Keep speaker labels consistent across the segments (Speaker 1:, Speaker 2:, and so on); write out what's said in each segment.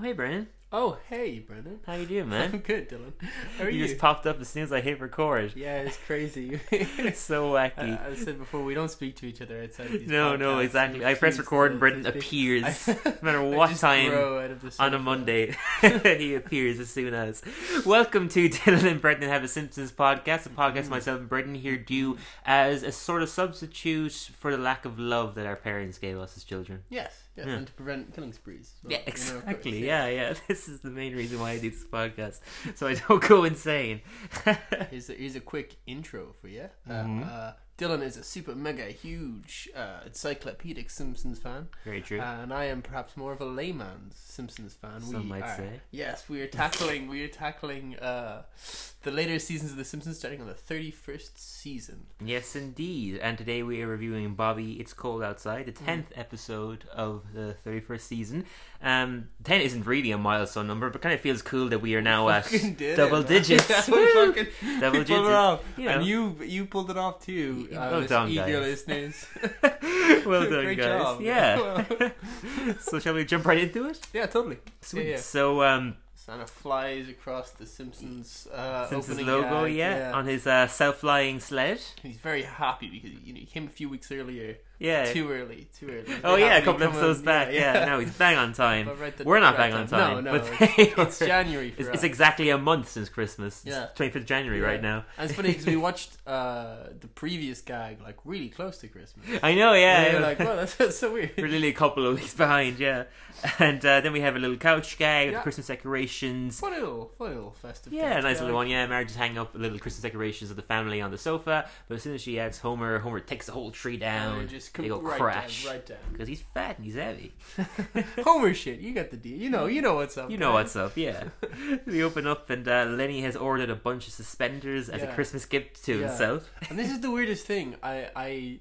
Speaker 1: hey, Brandon.
Speaker 2: Oh, hey, Brendan.
Speaker 1: How you doing,
Speaker 2: I'm
Speaker 1: man?
Speaker 2: good, Dylan. How are you?
Speaker 1: you just popped up as soon as I hit record.
Speaker 2: yeah, it's crazy.
Speaker 1: It's so
Speaker 2: I,
Speaker 1: wacky.
Speaker 2: I said before, we don't speak to each other outside these uh,
Speaker 1: no, no,
Speaker 2: podcasts.
Speaker 1: exactly.
Speaker 2: We
Speaker 1: I press
Speaker 2: choose
Speaker 1: record
Speaker 2: to-
Speaker 1: and Brendan
Speaker 2: to speak.
Speaker 1: appears.
Speaker 2: I-
Speaker 1: No matter
Speaker 2: I
Speaker 1: what
Speaker 2: just
Speaker 1: time
Speaker 2: grow out of the
Speaker 1: on a
Speaker 2: sofa.
Speaker 1: Monday, he appears as soon as. Welcome to Dylan and Brendan Have a Simpsons podcast, a
Speaker 2: Mm.
Speaker 1: podcast myself and Brendan here do as a sort of substitute for the lack of love that our parents gave us as children.
Speaker 2: Yes, yes,
Speaker 1: Yeah.
Speaker 2: and to prevent killing sprees. as well,
Speaker 1: Yeah,
Speaker 2: you know, of course,
Speaker 1: exactly. yeah, yeah. This is the main reason why I do this podcast, so I don't go insane.
Speaker 2: Here's a, here's a quick intro for you. Uh,
Speaker 1: Mhm.
Speaker 2: uh, Dylan is a super mega huge uh, encyclopedic Simpsons fan,
Speaker 1: Very true.
Speaker 2: and I am perhaps more of a layman's Simpsons fan.
Speaker 1: Some
Speaker 2: Uh, we
Speaker 1: might
Speaker 2: are,
Speaker 1: say.
Speaker 2: Yes, we are tackling we are tackling uh, the later seasons of The Simpsons, starting on the thirty first season.
Speaker 1: Yes, indeed. And today we are reviewing Bobby It's Cold Outside,
Speaker 2: Mm-hmm.
Speaker 1: the 10th episode of the 31st season. Um, 10 isn't really a milestone number, but kind of feels cool that we are now at
Speaker 2: Fucking did
Speaker 1: double
Speaker 2: it, man.
Speaker 1: digits.
Speaker 2: Yeah, we
Speaker 1: Woo!
Speaker 2: fucking- we
Speaker 1: Double
Speaker 2: pulled it
Speaker 1: digits.
Speaker 2: off.
Speaker 1: You know.
Speaker 2: And you you pulled it off too.
Speaker 1: Y-
Speaker 2: Uh,
Speaker 1: well
Speaker 2: listen-
Speaker 1: done,
Speaker 2: eager
Speaker 1: guys.
Speaker 2: listeners.
Speaker 1: well done,
Speaker 2: Great
Speaker 1: guys.
Speaker 2: job.
Speaker 1: Yeah. so shall we jump right into it?
Speaker 2: yeah, totally.
Speaker 1: Sweet.
Speaker 2: yeah.
Speaker 1: So um,
Speaker 2: Santa flies across the Simpsons uh,
Speaker 1: Simpsons
Speaker 2: opening
Speaker 1: logo,
Speaker 2: gag,
Speaker 1: yeah, on his uh, self-flying sled.
Speaker 2: He's very happy because you know he came a few weeks earlier.
Speaker 1: Yeah.
Speaker 2: Too early. Too early. He's
Speaker 1: oh
Speaker 2: very
Speaker 1: yeah, a
Speaker 2: happy
Speaker 1: couple
Speaker 2: to come
Speaker 1: episodes
Speaker 2: on-
Speaker 1: back. Yeah, no, he's bang on time.
Speaker 2: But right the-
Speaker 1: We're not
Speaker 2: right
Speaker 1: bang on
Speaker 2: time.
Speaker 1: time.
Speaker 2: No, no.
Speaker 1: but
Speaker 2: it's,
Speaker 1: they
Speaker 2: it's
Speaker 1: were-
Speaker 2: January for
Speaker 1: It's,
Speaker 2: us.
Speaker 1: it's exactly a month since Christmas.
Speaker 2: Yeah.
Speaker 1: Twenty fifth January
Speaker 2: Yeah.
Speaker 1: right now.
Speaker 2: And it's funny because we watched uh, the previous gag like really close to Christmas.
Speaker 1: I know, yeah.
Speaker 2: And we were like, well, that's, that's so
Speaker 1: We're
Speaker 2: weird.
Speaker 1: literally a couple of weeks behind, yeah. And uh, then we have a little couch gag with
Speaker 2: Yeah.
Speaker 1: Christmas decorations.
Speaker 2: Fun little, fun little festive.
Speaker 1: Yeah,
Speaker 2: gag.
Speaker 1: nice little one. Yeah, Mary just hang up little Christmas decorations of the family on the sofa. But as soon as she adds Homer, Homer takes the whole tree
Speaker 2: And
Speaker 1: down
Speaker 2: it just
Speaker 1: They
Speaker 2: com-
Speaker 1: go
Speaker 2: right
Speaker 1: crash.
Speaker 2: Down, right down.
Speaker 1: because he's fat and he's heavy.
Speaker 2: Homer shit. You got the deal. You know. You know what's up.
Speaker 1: You know
Speaker 2: man.
Speaker 1: what's up, yeah. we open up and uh, Lenny has ordered a bunch of suspenders as a
Speaker 2: Yeah.
Speaker 1: Christmas gift to
Speaker 2: Yeah.
Speaker 1: himself.
Speaker 2: And this is the weirdest thing. I I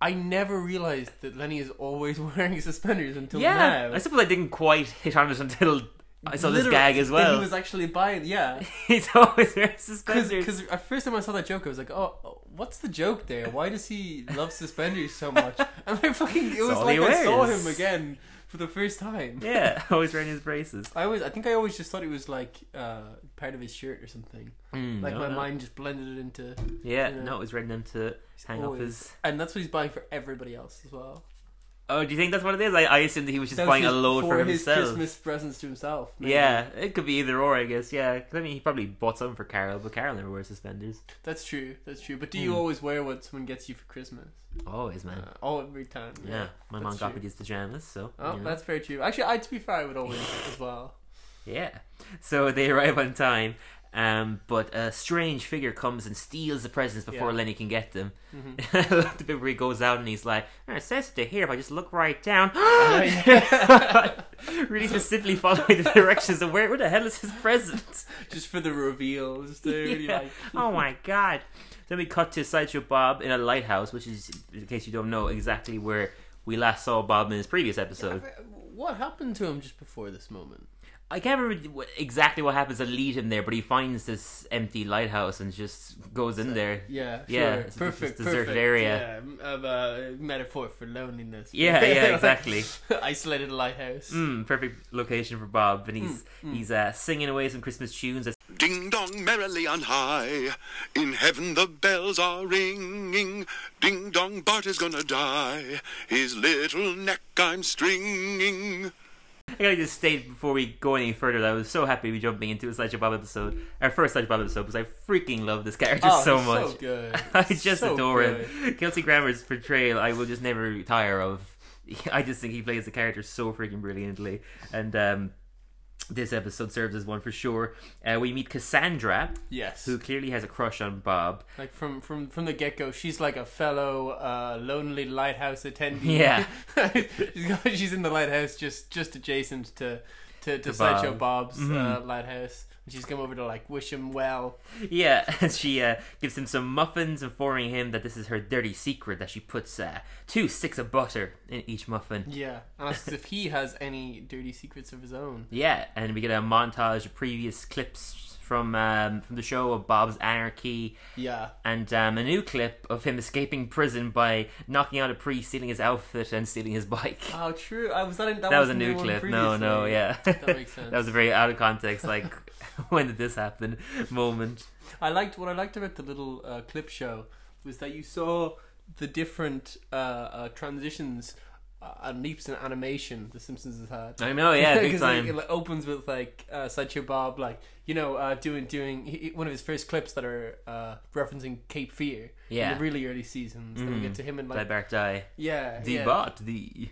Speaker 2: I never realized that Lenny is always wearing suspenders until
Speaker 1: yeah,
Speaker 2: now.
Speaker 1: I suppose I didn't quite hit on it until I saw this
Speaker 2: Literally,
Speaker 1: gag as
Speaker 2: that
Speaker 1: well.
Speaker 2: He was actually buying. Yeah,
Speaker 1: He's always wearing suspenders.
Speaker 2: because at first time I saw that joke, I was like, oh, what's the joke there? Why does he love suspenders so much? And I fucking it
Speaker 1: It's
Speaker 2: was
Speaker 1: all
Speaker 2: like
Speaker 1: he
Speaker 2: I saw
Speaker 1: wears.
Speaker 2: him again for the first time.
Speaker 1: yeah, always wearing his braces.
Speaker 2: I always, I think I always just thought it was like uh, part of his shirt or something.
Speaker 1: Mm,
Speaker 2: Like
Speaker 1: no,
Speaker 2: my
Speaker 1: no.
Speaker 2: mind just blended it into,
Speaker 1: Yeah,
Speaker 2: yeah.
Speaker 1: no, it was written them to hang up
Speaker 2: always-
Speaker 1: his.
Speaker 2: and that's what he's buying for everybody else as well.
Speaker 1: Oh, do you think that's what it is? I, I assumed that he was just
Speaker 2: That was
Speaker 1: buying a
Speaker 2: his-
Speaker 1: load for,
Speaker 2: his
Speaker 1: himself.
Speaker 2: Christmas presents to himself. maybe.
Speaker 1: Yeah, it could be either or, I guess. Yeah, 'Cause, I mean, he probably bought some for Carol, but Carol never wears suspenders.
Speaker 2: that's true. That's true. But do you
Speaker 1: Hmm.
Speaker 2: always wear what someone gets you for Christmas?
Speaker 1: Always, man.
Speaker 2: Uh, all every time.
Speaker 1: yeah. my mom
Speaker 2: that's
Speaker 1: got
Speaker 2: true.
Speaker 1: me these pajamas, so.
Speaker 2: Oh,
Speaker 1: you know.
Speaker 2: that's very true. Actually, I to be fair, I would always as well.
Speaker 1: Yeah. So they arrive on time, um, but a strange figure comes and steals the presents before
Speaker 2: Yeah.
Speaker 1: Lenny can get them.
Speaker 2: hmm
Speaker 1: I love the bit where he goes out and he's like, "Oh, it says it to here if I just look right down. really specifically following the directions of where, where the hell is his present?
Speaker 2: Just for the reveal, just to really
Speaker 1: Yeah.
Speaker 2: like.
Speaker 1: Oh my god. Then we cut to Sideshow Bob in a lighthouse, which is, in case you don't know, exactly where we last saw Bob in his previous episode.
Speaker 2: What happened to him just before this moment?
Speaker 1: I can't remember what- exactly what happens to lead him there, but he finds this empty lighthouse and just goes in there.
Speaker 2: Yeah,
Speaker 1: Yeah,
Speaker 2: sure.
Speaker 1: it's a-
Speaker 2: perfect,
Speaker 1: it's a deserted
Speaker 2: perfect.
Speaker 1: area.
Speaker 2: Yeah, of a metaphor for loneliness.
Speaker 1: Yeah, yeah, exactly.
Speaker 2: Isolated lighthouse.
Speaker 1: Mm, perfect location for Bob, and he's
Speaker 2: Hmm,
Speaker 1: he's uh, singing away some Christmas tunes. That's
Speaker 3: Ding dong merrily on high. In heaven the bells are ringing. Ding dong Bart is gonna die. His little neck I'm stringing.
Speaker 1: I gotta just state before we go any further that I was so happy to be jumping into a Sideshow Bob episode, our first Sideshow Bob episode, because I freaking love this character
Speaker 2: Oh,
Speaker 1: so
Speaker 2: he's
Speaker 1: much.
Speaker 2: So good.
Speaker 1: I just
Speaker 2: So
Speaker 1: adore
Speaker 2: good.
Speaker 1: him. Kelsey Grammer's portrayal, I will just never tire of. I just think he plays the character so freaking brilliantly, and um, this episode serves as one for sure. Uh, we meet Cassandra,
Speaker 2: Yes.
Speaker 1: who clearly has a crush on Bob.
Speaker 2: Like from from from the get go, she's like a fellow uh, lonely lighthouse attendee.
Speaker 1: Yeah.
Speaker 2: she's, got- she's in the lighthouse just just adjacent to to,
Speaker 1: Bob. Mm-hmm.
Speaker 2: to, sideshow Bob's uh, lighthouse. And she's come over to like wish him well.
Speaker 1: Yeah, and she uh, gives him some muffins, informing him that this is her dirty secret that she puts uh, two sticks of butter in each muffin.
Speaker 2: Yeah, and asks if he has any dirty secrets of his own.
Speaker 1: Yeah, and we get a montage of previous clips from um, from the show of Bob's Anarchy,
Speaker 2: Yeah.
Speaker 1: and um, a new clip of him escaping prison by knocking out a priest, stealing his outfit, and stealing his bike.
Speaker 2: Oh, true. I was that. In, that,
Speaker 1: that was a
Speaker 2: wasn't
Speaker 1: new
Speaker 2: one
Speaker 1: clip. No,
Speaker 2: previously.
Speaker 1: no, yeah.
Speaker 2: That makes sense.
Speaker 1: that was a very out of context, like when did this happen? Moment.
Speaker 2: I liked what I liked about the little uh, clip show was that you saw the different uh, uh, transitions uh, and leaps in animation the Simpsons has had.
Speaker 1: I know, Oh, yeah, big
Speaker 2: 'Cause, like,
Speaker 1: time.
Speaker 2: it like, opens with like uh, Sideshow Bob, like you know, uh, doing doing he, he- one of his first clips that are uh, referencing Cape Fear.
Speaker 1: Yeah. Mm.
Speaker 2: in the really early seasons. Then we get to him and
Speaker 1: Like,
Speaker 2: like
Speaker 1: Liberté.
Speaker 2: yeah,
Speaker 1: The
Speaker 2: yeah.
Speaker 1: bot, the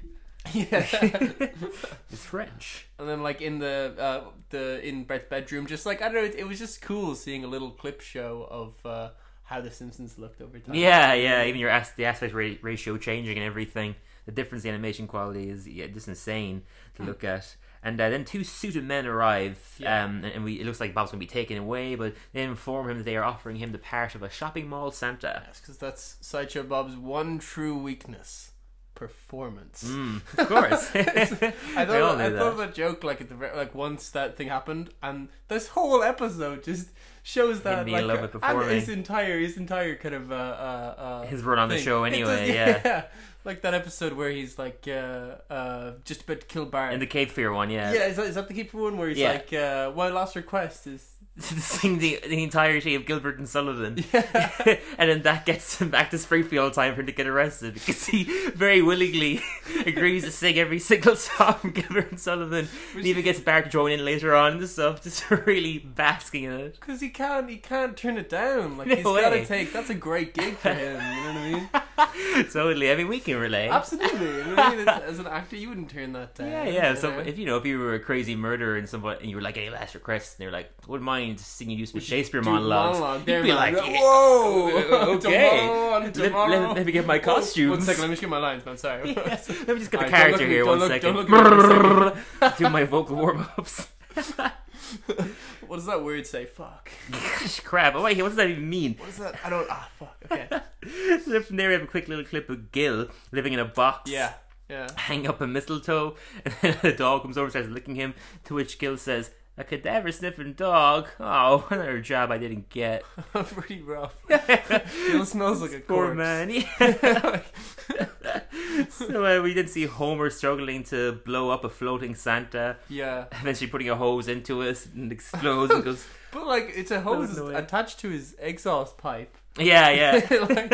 Speaker 2: yeah.
Speaker 1: it's French.
Speaker 2: and then like in the uh, the in Brett's bedroom, just like I don't know, it, it was just cool seeing a little clip show of uh, how the Simpsons looked over time.
Speaker 1: Yeah, yeah. Even your as- the aspect ra- ratio changing and everything. The difference in animation quality is yeah, just insane to look at. And uh, then two suited men arrive,
Speaker 2: Yeah.
Speaker 1: um, and- and we, it looks like Bob's going to be taken away. But they inform him that they are offering him the part of a shopping mall Santa.
Speaker 2: because that's Sideshow Bob's one true weakness: performance.
Speaker 1: Of course,
Speaker 2: I
Speaker 1: We Mm. all
Speaker 2: thought,
Speaker 1: knew
Speaker 2: I thought
Speaker 1: that.
Speaker 2: of that joke like at the ver- like once that thing happened, and this whole episode just shows that
Speaker 1: being
Speaker 2: like
Speaker 1: in love with
Speaker 2: and
Speaker 1: performing.
Speaker 2: his entire his entire kind of uh, uh, uh,
Speaker 1: His run on the
Speaker 2: thing.
Speaker 1: show
Speaker 2: It does-
Speaker 1: anyway, yeah.
Speaker 2: like that episode where he's like uh, uh, just about to kill Bart.
Speaker 1: in the Cape Fear one,
Speaker 2: yeah, is that, is that the keeper one where he's
Speaker 1: Yeah.
Speaker 2: like, uh, "My last request is
Speaker 1: sing the, the entirety of Gilbert and Sullivan. and then that gets him back to Springfield all the time for him to get arrested because he very willingly agrees to sing every single song from Gilbert and Sullivan. and even gets Bart thrown in later on and stuff, just really basking in it.
Speaker 2: Because he can't, he can't turn it down. Like
Speaker 1: No
Speaker 2: he's got
Speaker 1: way.
Speaker 2: to take. That's a great gig for him. You know what I mean?
Speaker 1: Totally. I mean, we can relate.
Speaker 2: Absolutely. You know what I mean? As, as an actor, you wouldn't turn that down.
Speaker 1: Yeah,
Speaker 2: you
Speaker 1: yeah.
Speaker 2: know?
Speaker 1: So if you know, if you were a crazy murderer and somebody, and you were like, "Any last requests?" and they were like, "Wouldn't mind singing you some Shakespeare
Speaker 2: do
Speaker 1: monologues,"
Speaker 2: monologue there,
Speaker 1: you'd be
Speaker 2: man.
Speaker 1: like,
Speaker 2: Go,
Speaker 1: "Yeah,
Speaker 2: "Whoa, tomorrow
Speaker 1: okay."
Speaker 2: on
Speaker 1: Let-
Speaker 2: tomorrow."
Speaker 1: Let, let me get my
Speaker 2: Whoa, One
Speaker 1: costumes.
Speaker 2: second, let me just get my lines, man. Sorry.
Speaker 1: Yes. Let me just get the
Speaker 2: Alright, don't
Speaker 1: character
Speaker 2: look at me,
Speaker 1: here
Speaker 2: don't
Speaker 1: one
Speaker 2: look-
Speaker 1: second.
Speaker 2: don't look
Speaker 1: Do my vocal warm ups.
Speaker 2: what does that word say? Fuck.
Speaker 1: Gosh, crap. Oh, wait, what does that even mean?
Speaker 2: What is that? I don't. Ah, fuck. Okay.
Speaker 1: So from there, we have a quick little clip of Gil living in a box.
Speaker 2: Yeah. Yeah.
Speaker 1: Hang up a mistletoe, and then a dog comes over and starts licking him, to which Gil says, A cadaver sniffing dog? Oh, another job I didn't get.
Speaker 2: Pretty rough. it smells like a
Speaker 1: Poor
Speaker 2: corpse.
Speaker 1: man. so uh, we did see Homer struggling to blow up a floating Santa,
Speaker 2: Yeah.
Speaker 1: eventually putting a hose into it and explodes and goes,
Speaker 2: But like, it's a hose
Speaker 1: no way.
Speaker 2: attached to his exhaust pipe.
Speaker 1: Yeah, yeah.
Speaker 2: like,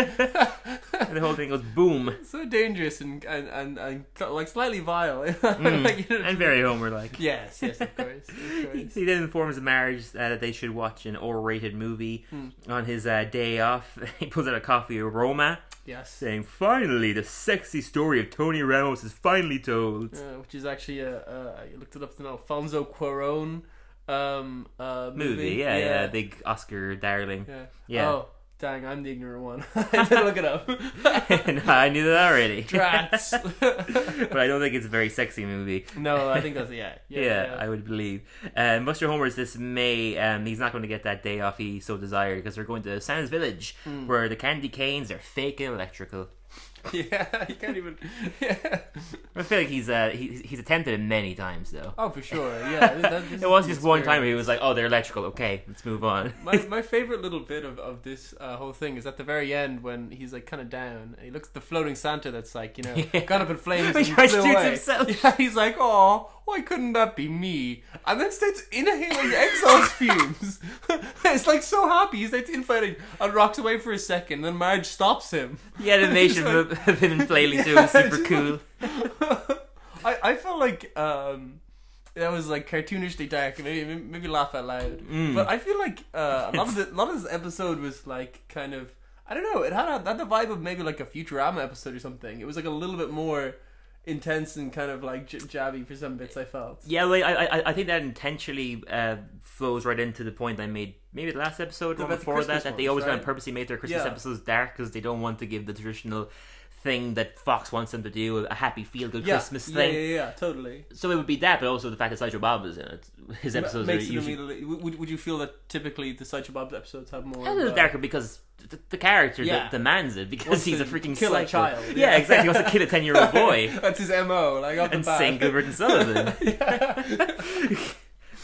Speaker 1: And the whole thing goes boom.
Speaker 2: so dangerous and and and, and like slightly vile. Like, you know-
Speaker 1: Mm. And very Homer like.
Speaker 2: yes, yes, of course, of course.
Speaker 1: He then informs Marriage uh, that they should watch an R rated movie
Speaker 2: Hmm.
Speaker 1: on his uh, day off. He pulls out a copy of Roma,
Speaker 2: yes.
Speaker 1: saying, Finally, the sexy story of Tony Ramos is finally told.
Speaker 2: Uh, which is actually a, uh, I looked it up to know Alfonso Cuarón um, uh, movie.
Speaker 1: Movie, yeah, yeah, big Oscar darling.
Speaker 2: yeah.
Speaker 1: yeah.
Speaker 2: Oh, dang, I'm the ignorant one. I did look it up.
Speaker 1: No, I knew that already.
Speaker 2: Drats.
Speaker 1: but I don't think it's a very sexy movie.
Speaker 2: no, I think that's yeah. Yeah,
Speaker 1: Yeah,
Speaker 2: yeah.
Speaker 1: I would believe. Um, Buster Homer is this May. Um, he's not going to get that day off he so desired because they're going to Santa's Village,
Speaker 2: Hmm.
Speaker 1: where the candy canes are fake and electrical.
Speaker 2: yeah. You can't even. Yeah.
Speaker 1: I feel like he's uh, he, he's attempted it many times though.
Speaker 2: Oh, for sure. Yeah. That, that- this
Speaker 1: It was
Speaker 2: is
Speaker 1: just one time
Speaker 2: experience.
Speaker 1: where he was like, "Oh, they're electrical. Okay, let's move on."
Speaker 2: My, my favorite little bit of, of this uh, whole thing is at the very end when he's like kind of down. He looks at the floating Santa that's like you know gone up in flames.
Speaker 1: He
Speaker 2: and
Speaker 1: tries
Speaker 2: flew
Speaker 1: to do it
Speaker 2: away.
Speaker 1: himself.
Speaker 2: Yeah, he's like, oh, why couldn't that be me? And then starts inhaling exhaust fumes. it's like so happy. He starts inhaling and rocks away for a second. Then Marge stops him.
Speaker 1: The animation
Speaker 2: He's
Speaker 1: of, of him flailing through was super
Speaker 2: just
Speaker 1: cool.
Speaker 2: I, I felt like um, that was like cartoonishly dark. Maybe maybe laugh out loud.
Speaker 1: Mm.
Speaker 2: But I feel like uh, a lot of the, a lot of this episode was like kind of I don't know. It had a, had the vibe of maybe like a Futurama episode or something. It was like a little bit more intense and kind of like j- jabby for some bits. I felt.
Speaker 1: Yeah, well, I, I I think that intentionally uh, flows right into the point I made maybe the last episode or
Speaker 2: about the
Speaker 1: before
Speaker 2: Christmas
Speaker 1: that that they
Speaker 2: ones,
Speaker 1: always kind
Speaker 2: right?
Speaker 1: of purposely make their Christmas
Speaker 2: Yeah.
Speaker 1: episodes dark because they don't want to give the traditional thing that Fox wants them to do a happy feel good
Speaker 2: Yeah,
Speaker 1: Christmas
Speaker 2: yeah,
Speaker 1: thing.
Speaker 2: yeah, yeah, totally.
Speaker 1: So it would be that, but also the fact that Sideshow Bob is in it. His episodes
Speaker 2: Makes
Speaker 1: are
Speaker 2: it
Speaker 1: usually
Speaker 2: immediately. Would, would you feel that typically the Sideshow Bob episodes have more?
Speaker 1: a
Speaker 2: of uh,
Speaker 1: little
Speaker 2: a-
Speaker 1: darker because the, the character
Speaker 2: Yeah.
Speaker 1: that demands it because
Speaker 2: Wants
Speaker 1: he's a
Speaker 2: to
Speaker 1: freaking
Speaker 2: kill a
Speaker 1: psycho.
Speaker 2: child,
Speaker 1: Yeah,
Speaker 2: yeah.
Speaker 1: exactly. He wants to kill a ten year old boy
Speaker 2: That's his mo. Like off the
Speaker 1: and
Speaker 2: bat.
Speaker 1: sing Gilbert and Sullivan.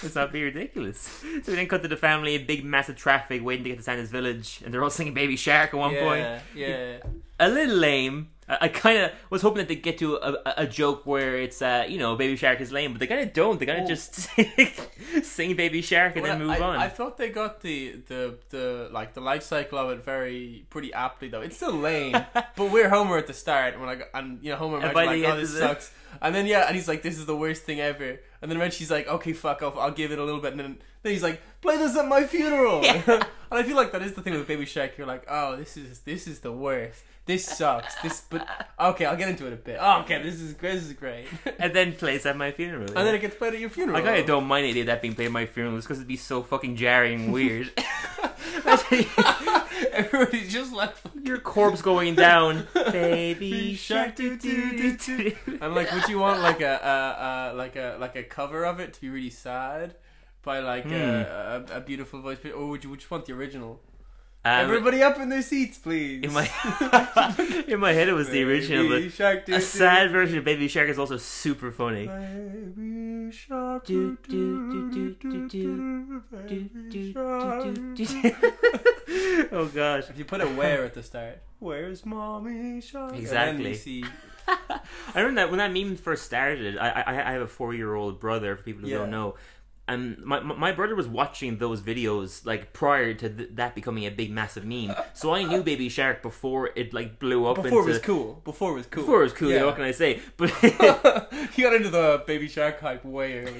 Speaker 1: Let's not be ridiculous. So we then cut to the family in big, massive traffic waiting to get to Santa's village, and they're all singing Baby Shark at one
Speaker 2: yeah,
Speaker 1: point.
Speaker 2: yeah.
Speaker 1: A little lame. I, I kind of was hoping that they'd get to a, a, a joke where it's, uh, you know, Baby Shark is lame, but they kind of don't. They kind of just sing Baby Shark and then
Speaker 2: Well,
Speaker 1: move
Speaker 2: I,
Speaker 1: on.
Speaker 2: I thought they got the, the the like the life cycle of it very pretty aptly though. It's still lame, but we're Homer at the start, and we're like, and you know Homer and
Speaker 1: by
Speaker 2: Marge's
Speaker 1: the
Speaker 2: like, oh
Speaker 1: end
Speaker 2: this
Speaker 1: of it-
Speaker 2: sucks, and then yeah, and he's like, this is the worst thing ever, and then Reggie's like, okay, fuck off, I'll give it a little bit, and then then he's like, play this at my funeral, and I feel like that is the thing with Baby Shark. You're like, oh, this is this is the worst. This sucks. This, but okay, I'll get into it a bit. Oh, okay, this is this is great. and
Speaker 1: and then plays at my funeral.
Speaker 2: then it gets played at your funeral.
Speaker 1: Like I don't mind the idea of that being played at my funeral because it'd be so fucking jarring and weird. Imagine
Speaker 2: Everybody's just like, fucking
Speaker 1: Your corpse going down, baby shark. doo doo doo doo.
Speaker 2: And like, would you want like a uh, uh, like a like a cover of it to be really sad by like a, a, a beautiful voice, or would you, would you want the original?
Speaker 1: Hmm. Um,
Speaker 2: Everybody up in their seats, please.
Speaker 1: in my in my head, it was the original,
Speaker 2: Baby
Speaker 1: but
Speaker 2: shark, doo,
Speaker 1: a
Speaker 2: doo.
Speaker 1: sad version of Baby Shark is also super funny.
Speaker 2: Baby shark,
Speaker 1: Do,
Speaker 2: doo,
Speaker 1: do,
Speaker 2: doo,
Speaker 1: do, do,
Speaker 2: doo, doo,
Speaker 1: do, Doo, doo,
Speaker 2: doo, baby shark.
Speaker 1: doo, doo, doo. oh gosh,
Speaker 2: If you put a where at the start, where's mommy shark? And then
Speaker 1: Exactly.
Speaker 2: you see,
Speaker 1: I remember that when that meme first started. I I, I have a four year old brother. For people who
Speaker 2: Yeah.
Speaker 1: don't know, and my my my brother was watching those videos like prior to th- that becoming a big massive meme. So I knew Baby Shark before it like blew up.
Speaker 2: before it
Speaker 1: into,
Speaker 2: was cool. Before it was cool.
Speaker 1: Before it was cool.
Speaker 2: Yeah.
Speaker 1: What can I say? But
Speaker 2: you got into the baby shark hype way early.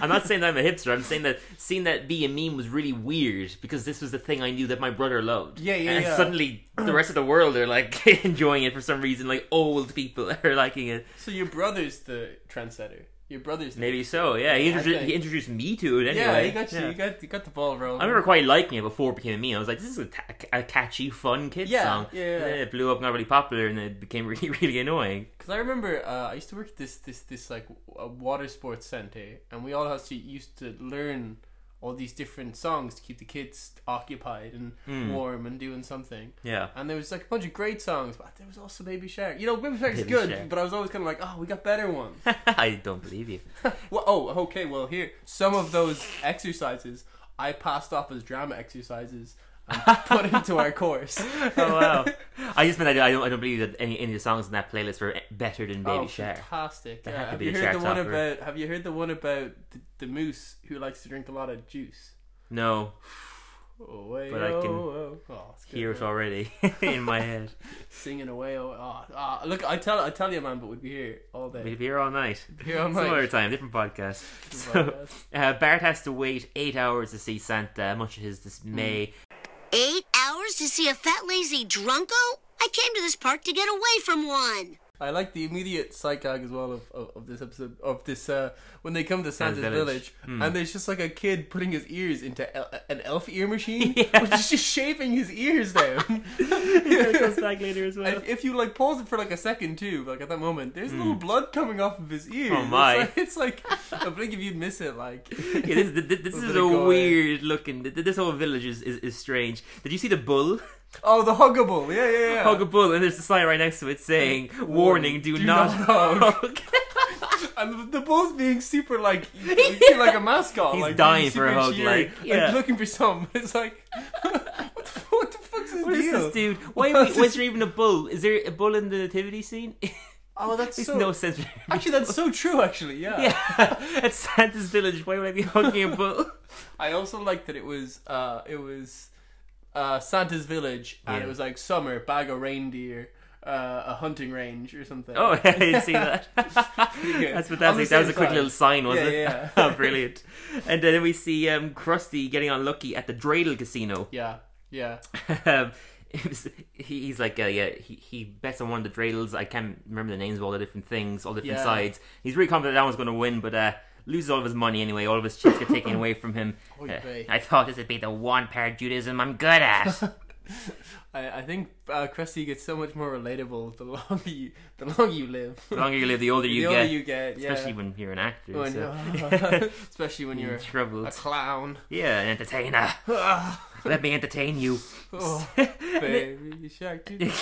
Speaker 1: I'm not saying that I'm a hipster. I'm saying that seeing that be a meme was really weird because this was the thing I knew that my brother loved.
Speaker 2: Yeah, yeah,
Speaker 1: And
Speaker 2: yeah.
Speaker 1: suddenly the rest of the world are like enjoying it for some reason. Like old people are liking it.
Speaker 2: So your brother's the trendsetter. Your brother's the
Speaker 1: Maybe so. Yeah, he,
Speaker 2: I
Speaker 1: introduced
Speaker 2: think-
Speaker 1: he introduced me to it anyway.
Speaker 2: yeah. You got you,
Speaker 1: Yeah.
Speaker 2: you got you got the ball rolling.
Speaker 1: I remember quite liking it before it became a meme. I was like, this is a, ta- a catchy, fun kid
Speaker 2: Yeah,
Speaker 1: song.
Speaker 2: yeah,
Speaker 1: And then
Speaker 2: yeah.
Speaker 1: it blew up, not really popular, and it became really, really annoying.
Speaker 2: because I remember uh, I used to work at this this this like w- uh, water sports center, and we all had to used to learn all these different songs to keep the kids occupied and warm and doing something.
Speaker 1: Hmm. Yeah.
Speaker 2: And there was like a bunch of great songs, but there was also Baby Shark. You know, Baby Shark's
Speaker 1: Baby
Speaker 2: good,
Speaker 1: Shark.
Speaker 2: but I was always kind of like, oh, we got better ones.
Speaker 1: I don't believe you.
Speaker 2: Well, oh, okay. Well, here some of those exercises I passed off as drama exercises and put into our course.
Speaker 1: Oh, wow. I just meant I don't, I don't, I don't believe that any, any of the songs in that playlist were better than Baby
Speaker 2: oh,
Speaker 1: Shark.
Speaker 2: fantastic!
Speaker 1: That
Speaker 2: Yeah.
Speaker 1: had to
Speaker 2: Have
Speaker 1: be
Speaker 2: you
Speaker 1: a
Speaker 2: heard the
Speaker 1: Shark
Speaker 2: one
Speaker 1: topper.
Speaker 2: about? Have you heard the one about the, the moose who likes to drink a lot of juice?
Speaker 1: No,
Speaker 2: Away,
Speaker 1: But I
Speaker 2: oh,
Speaker 1: can
Speaker 2: oh, oh, it's good,
Speaker 1: hear it
Speaker 2: man.
Speaker 1: already in my head.
Speaker 2: singing away. Oh, oh, ah, look, I tell, I tell you, man, but we'd be here all day.
Speaker 1: We'd be here all night.
Speaker 2: Here
Speaker 1: Some
Speaker 2: all night.
Speaker 1: other time, different podcast. So,
Speaker 2: Different
Speaker 1: uh, Bart has to wait eight hours to see Santa, much to his dismay.
Speaker 4: Eight hours to see a fat, lazy drunko? I came to this park to get away from one.
Speaker 2: I like the immediate sight gag as well of, of, of this episode of this uh, when they come to Santa's
Speaker 1: village. Hmm.
Speaker 2: village, and there's just like a kid putting his ears into el- an elf ear machine, which is just shaving his ears down.
Speaker 1: comes back later as well.
Speaker 2: And if you like pause it for like a second too, like at that moment, there's little blood coming off of his ears.
Speaker 1: Hmm. Oh, my.
Speaker 2: It's like, it's like I think if you'd miss it, like
Speaker 1: Yeah, this, th- th- this
Speaker 2: Was
Speaker 1: is
Speaker 2: it
Speaker 1: a
Speaker 2: a guy?
Speaker 1: weird looking. th- th- This whole village is, is, is strange. Did you see the bull?
Speaker 2: oh the huggable, yeah yeah yeah.
Speaker 1: Hug a bull, and there's a sign right next to it saying, "Warning, do,
Speaker 2: do
Speaker 1: not,
Speaker 2: not
Speaker 1: hug."
Speaker 2: And the the bull's being super like he's like a mascot.
Speaker 1: He's
Speaker 2: like,
Speaker 1: dying
Speaker 2: he's
Speaker 1: for a
Speaker 2: super
Speaker 1: hug,
Speaker 2: cheery,
Speaker 1: like, yeah.
Speaker 2: looking for some. It's like what the, fu- what the fuck's his
Speaker 1: what is
Speaker 2: deal?
Speaker 1: this dude? Why
Speaker 2: What is
Speaker 1: was there even a bull? Is there a bull in the nativity scene?
Speaker 2: Oh, that's
Speaker 1: Makes
Speaker 2: so.
Speaker 1: no sense.
Speaker 2: Actually, that's so true. Actually, yeah.
Speaker 1: At Santa's village, why would I be hugging a bull?
Speaker 2: I also liked that it was uh it was uh Santa's village and
Speaker 1: Yeah.
Speaker 2: it was like summer bag of reindeer. Uh, a hunting range or something.
Speaker 1: Oh, I didn't see that.
Speaker 2: good.
Speaker 1: That's fantastic.
Speaker 2: On the
Speaker 1: That was a
Speaker 2: same
Speaker 1: quick
Speaker 2: side.
Speaker 1: little sign, wasn't
Speaker 2: Yeah,
Speaker 1: it?
Speaker 2: yeah.
Speaker 1: oh, brilliant. And then we see um, Krusty getting unlucky at the Dreidel Casino.
Speaker 2: yeah, yeah.
Speaker 1: um, it was, he- he's like, uh, yeah, he, he bets on one of the dreidels. I can't remember the names of all the different things, all the different
Speaker 2: Yeah.
Speaker 1: sides. He's really confident that one's going to win, but uh, loses all of his money anyway. All of his chips get taken away from him.
Speaker 2: Oy
Speaker 1: Uh,
Speaker 2: vey.
Speaker 1: I thought this would be the one part Judaism I'm good at.
Speaker 2: I, I think uh, Krusty gets so much more relatable the longer you the longer you live.
Speaker 1: the longer you live, the older you
Speaker 2: the older
Speaker 1: get.
Speaker 2: you get, yeah.
Speaker 1: Especially when you're an actor.
Speaker 2: When-
Speaker 1: so.
Speaker 2: especially when
Speaker 1: You're
Speaker 2: you're
Speaker 1: in trouble.
Speaker 2: a clown.
Speaker 1: Yeah, an entertainer. Let me entertain you.
Speaker 2: Oh, baby shark. doo-doo.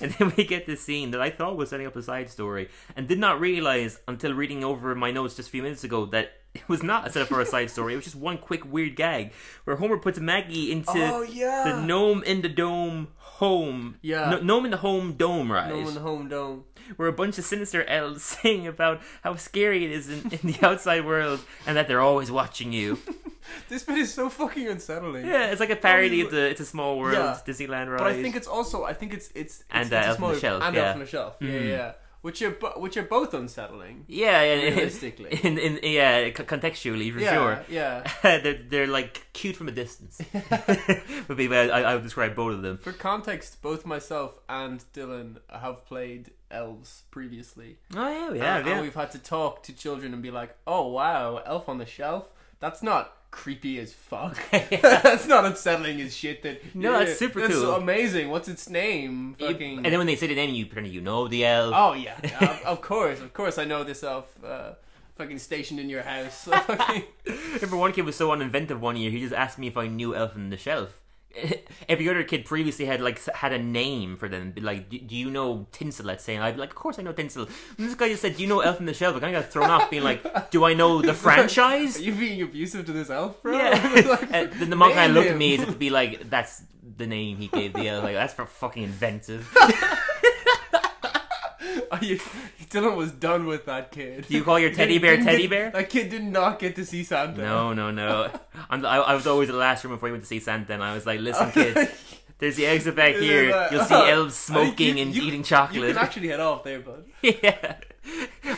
Speaker 1: and then we get this scene that I thought was setting up a side story and did not realize until reading over my notes just a few minutes ago that it was not a setup for a side story. It was just one quick weird gag where Homer puts Maggie into
Speaker 2: Oh, yeah.
Speaker 1: the gnome in the dome home.
Speaker 2: Yeah.
Speaker 1: no, gnome in the home dome ride.
Speaker 2: Home in the home dome.
Speaker 1: where a bunch of sinister elves sing about how scary it is in, in the outside world and that they're always watching you.
Speaker 2: This bit is so fucking unsettling.
Speaker 1: Yeah, it's like a parody of
Speaker 2: but-
Speaker 1: the "It's a Small World"
Speaker 2: Yeah.
Speaker 1: Disneyland ride.
Speaker 2: But I think it's also I think it's it's, it's
Speaker 1: And,
Speaker 2: it's
Speaker 1: uh,
Speaker 2: a
Speaker 1: Elf on
Speaker 2: smaller-
Speaker 1: the Shelf,
Speaker 2: and
Speaker 1: yeah. Hmm.
Speaker 2: Elf on the Shelf. Yeah, yeah, yeah. Which are bo- which are both unsettling.
Speaker 1: yeah, and,
Speaker 2: Realistically.
Speaker 1: in, in, yeah, c- contextually for
Speaker 2: Yeah,
Speaker 1: sure.
Speaker 2: yeah.
Speaker 1: they're, they're like cute from a distance. would be the way I, I would describe both of them.
Speaker 2: For context, both myself and Dylan have played elves previously.
Speaker 1: Oh yeah,
Speaker 2: and, and
Speaker 1: yeah, yeah.
Speaker 2: we've had to talk to children and be like, "Oh wow, Elf on the Shelf. That's not creepy as fuck. that's not unsettling as shit. That
Speaker 1: No, that's super
Speaker 2: that's
Speaker 1: cool.
Speaker 2: amazing. What's its name? Fucking.
Speaker 1: And then when they say the name, you pretend you know the elf.
Speaker 2: oh yeah, of, of course, of course. I know this elf. Uh, fucking stationed in your house. Fucking-
Speaker 1: Remember, one kid was so uninventive one year. He just asked me if I knew Elf on the Shelf. Every other kid previously had like s- had a name for them. Be Like, do, do you know Tinsel? Let's say, and I'd be like, of course I know Tinsel. And this guy just said, do you know Elf on the Shelf? I kind of got thrown off, being like, do I know the
Speaker 2: Are
Speaker 1: franchise?
Speaker 2: you being abusive to this elf, bro?
Speaker 1: Yeah.
Speaker 2: Like,
Speaker 1: and then the monk guy
Speaker 2: name
Speaker 1: looked at
Speaker 2: him.
Speaker 1: me as if to be like, that's the name he gave the elf. Like, that's for fucking inventive.
Speaker 2: Are you, Dylan was done with that kid.
Speaker 1: Do you call your teddy
Speaker 2: He
Speaker 1: bear
Speaker 2: didn't
Speaker 1: teddy
Speaker 2: get-
Speaker 1: bear?
Speaker 2: That kid did not get to see Santa.
Speaker 1: No, no, no. I'm, I, I was always the last room before we went to see Santa, and I was like, listen, kids. There's the exit back here. You'll see elves smoking and eating chocolate.
Speaker 2: uh, You can actually head off there, bud.
Speaker 1: yeah.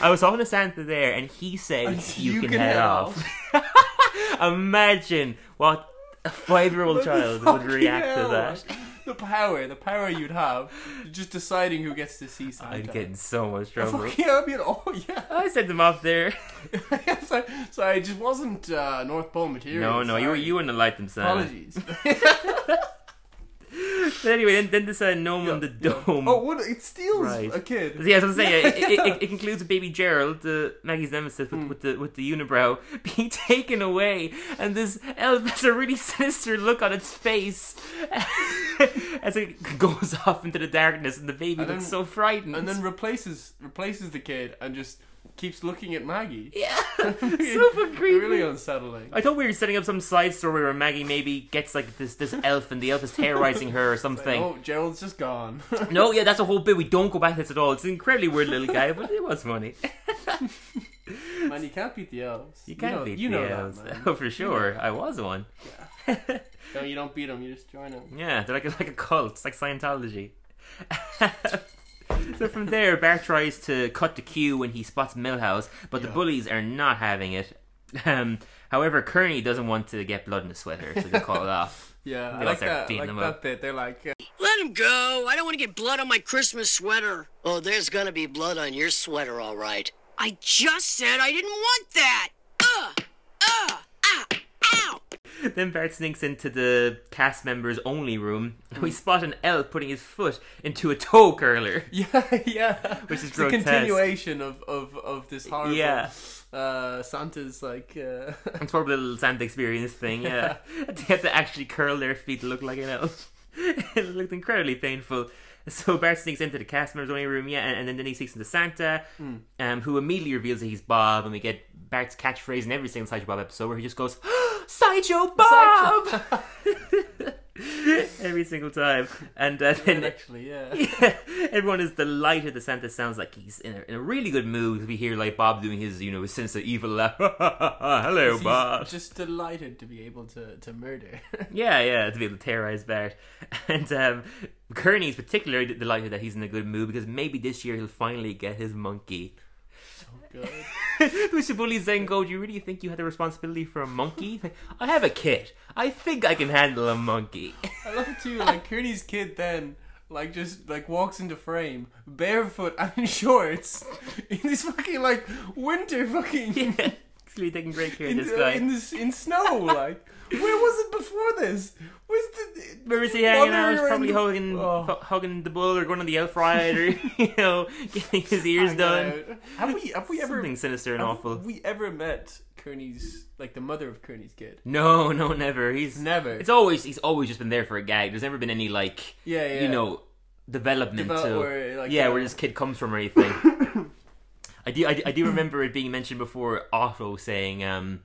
Speaker 1: I was talking to Santa there, and he said, you, can, head, off. Imagine what a five year old child would
Speaker 2: Fucking
Speaker 1: react
Speaker 2: hell.
Speaker 1: to that.
Speaker 2: The power, the power you'd have, just deciding who gets to see Santa.
Speaker 1: I'd get in so much trouble.
Speaker 2: Fuck yeah, I'd be in- oh yeah.
Speaker 1: I sent him off there.
Speaker 2: sorry, sorry, it just wasn't uh, North Pole material.
Speaker 1: No, no, you, were- uh,
Speaker 2: sorry.
Speaker 1: you wouldn't have liked him, Santa.
Speaker 2: Apologies.
Speaker 1: But anyway, then, then this uh, gnome on the dome.
Speaker 2: oh, what? It steals
Speaker 1: Right.
Speaker 2: a kid.
Speaker 1: Yeah, I was gonna say it, it, it, it includes baby Gerald, the Maggie's nemesis with,
Speaker 2: Hmm.
Speaker 1: with the with the unibrow, being taken away, and this elf has a really sinister look on its face as it goes off into the darkness, and the baby
Speaker 2: And
Speaker 1: looks
Speaker 2: then-
Speaker 1: so frightened.
Speaker 2: and then replaces replaces the kid and just keeps looking at Maggie.
Speaker 1: yeah, super creepy.
Speaker 2: Really unsettling.
Speaker 1: I thought we were setting up some side story where Maggie maybe gets like this this elf, and the elf is terrorizing her or something.
Speaker 2: Oh, Gerald's just gone.
Speaker 1: No, yeah, that's a whole bit. We don't go back to this at all. It's an incredibly weird little guy, but it was funny.
Speaker 2: man, you can't beat the elves.
Speaker 1: You can't
Speaker 2: know,
Speaker 1: beat
Speaker 2: you know
Speaker 1: the elves.
Speaker 2: that, man.
Speaker 1: Oh, for sure. I was one.
Speaker 2: No, you don't beat them. You just join them.
Speaker 1: Yeah, they're like a, like a cult. It's like Scientology. so from there, Bart tries to cut the queue when he spots Millhouse, but the bullies are not having it. Um, however, Kearney doesn't want to get blood in the sweater, so they call it off.
Speaker 2: Yeah, I
Speaker 1: They all
Speaker 2: like
Speaker 1: start
Speaker 2: that. I
Speaker 1: beating
Speaker 2: Like
Speaker 1: them
Speaker 2: that
Speaker 1: up.
Speaker 2: bit. They're like, uh,
Speaker 4: Let him go. I don't want to get blood on my Christmas sweater. Oh, there's going to be blood on your sweater, all right. I just said I didn't want that. Ugh. Ugh. Ah. Ow.
Speaker 1: Then Bart sneaks into the cast members only room. and We spot an elf putting his foot into a toe curler.
Speaker 2: yeah, yeah. Which
Speaker 1: is
Speaker 2: it's
Speaker 1: grotesque.
Speaker 2: a continuation of, of, of this horrible
Speaker 1: Yeah.
Speaker 2: uh, Santa's like. Uh,
Speaker 1: It's probably a little Santa experience thing, yeah. they had to actually curl their feet to look like an elf. it looked incredibly painful. So Bart sneaks into the cast members only room, yeah, and, and then, then he sneaks into Santa, um, who immediately reveals that he's Bob, and we get Bart's catchphrase in every single Sideshow Bob episode where he just goes, Sideshow Bob! every single time. And uh,
Speaker 2: and
Speaker 1: then
Speaker 2: actually, yeah.
Speaker 1: everyone is delighted that Santa sounds like he's in a, in a really good mood. We hear like Bob doing his, you know, his sense of evil laugh. Hello,
Speaker 2: He's
Speaker 1: Bob.
Speaker 2: just delighted to be able to, to murder.
Speaker 1: Yeah, yeah, to be able to terrorize Bart. And um, Kearney's particularly d- delighted that he's in a good mood because maybe this year he'll finally get his monkey.
Speaker 2: God.
Speaker 1: Which the bullies then go, Do you really think you had the responsibility for a monkey? Like, I have a kid. I think I can handle a monkey.
Speaker 2: I love it too, like Kearney's kid then like just like walks into frame barefoot and in shorts in this fucking like winter fucking
Speaker 1: yeah. He's really taking great care of
Speaker 2: in,
Speaker 1: this
Speaker 2: uh,
Speaker 1: guy.
Speaker 2: in this in snow like where was it before this where's the
Speaker 1: Where is he hanging out?
Speaker 2: wandering
Speaker 1: He's probably
Speaker 2: around-
Speaker 1: hugging,
Speaker 2: Oh.
Speaker 1: fu- hugging the bull or going on the elf ride or, you know, getting his ears
Speaker 2: Hanging
Speaker 1: done.
Speaker 2: out. have we have we ever
Speaker 1: Something sinister and
Speaker 2: have
Speaker 1: awful.
Speaker 2: we ever met Kearney's like the mother of Kearney's kid
Speaker 1: No, no, never. He's
Speaker 2: Never.
Speaker 1: It's always he's always just been there for a gag. There's never been any like
Speaker 2: Yeah, yeah.
Speaker 1: you know development
Speaker 2: Develop-
Speaker 1: to
Speaker 2: where, like,
Speaker 1: yeah
Speaker 2: uh,
Speaker 1: where this kid comes from or anything. I do, I do, I do remember it being mentioned before. Otto saying, um,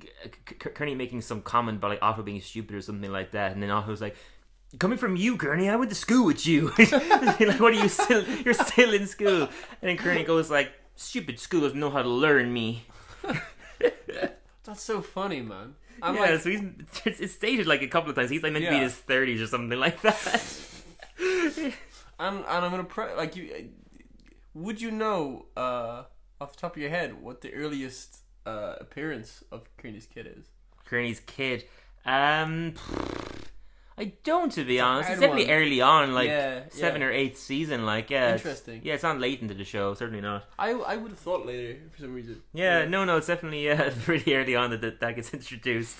Speaker 1: K- K- Kearney making some comment about like Otto being stupid or something like that, and then Otto's like. Coming from you, Kearney, I went to school with you. like, what are you still? You're still in school, and then Kearney goes like, "Stupid school doesn't know how to learn me."
Speaker 2: That's so funny, man. I'm
Speaker 1: yeah,
Speaker 2: like,
Speaker 1: so he's it's, it's stated like a couple of times. He's like meant to be in
Speaker 2: Yeah.
Speaker 1: his thirties or something like that.
Speaker 2: and, and I'm gonna pre- like you. Would you know uh, off the top of your head what the earliest uh, appearance of Kearney's kid is?
Speaker 1: Kearney's kid. Um, I don't, to be honest. It's
Speaker 2: hard
Speaker 1: definitely
Speaker 2: one.
Speaker 1: early on, like
Speaker 2: Yeah,
Speaker 1: seven
Speaker 2: yeah.
Speaker 1: or eighth season. Like, yeah, it's-
Speaker 2: Interesting.
Speaker 1: Yeah, it's not late into the show. Certainly not.
Speaker 2: I I would have thought later for some reason.
Speaker 1: Yeah, no, no, it's definitely uh, pretty early on that that, that gets introduced.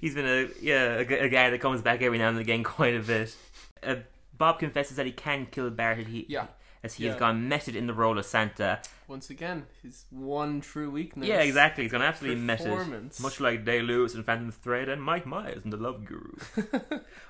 Speaker 1: He's been a yeah a, gu- a guy that comes back every now and again quite a bit. Uh, Bob confesses that he can kill Barrett. He
Speaker 2: Yeah.
Speaker 1: As he has
Speaker 2: Yeah.
Speaker 1: gone meted in the role of Santa.
Speaker 2: Once again, his one true weakness.
Speaker 1: Yeah, exactly. He's gone absolutely
Speaker 2: Performance.
Speaker 1: method. Much like Day Lewis and Phantom Thread and Mike Myers and The Love Guru.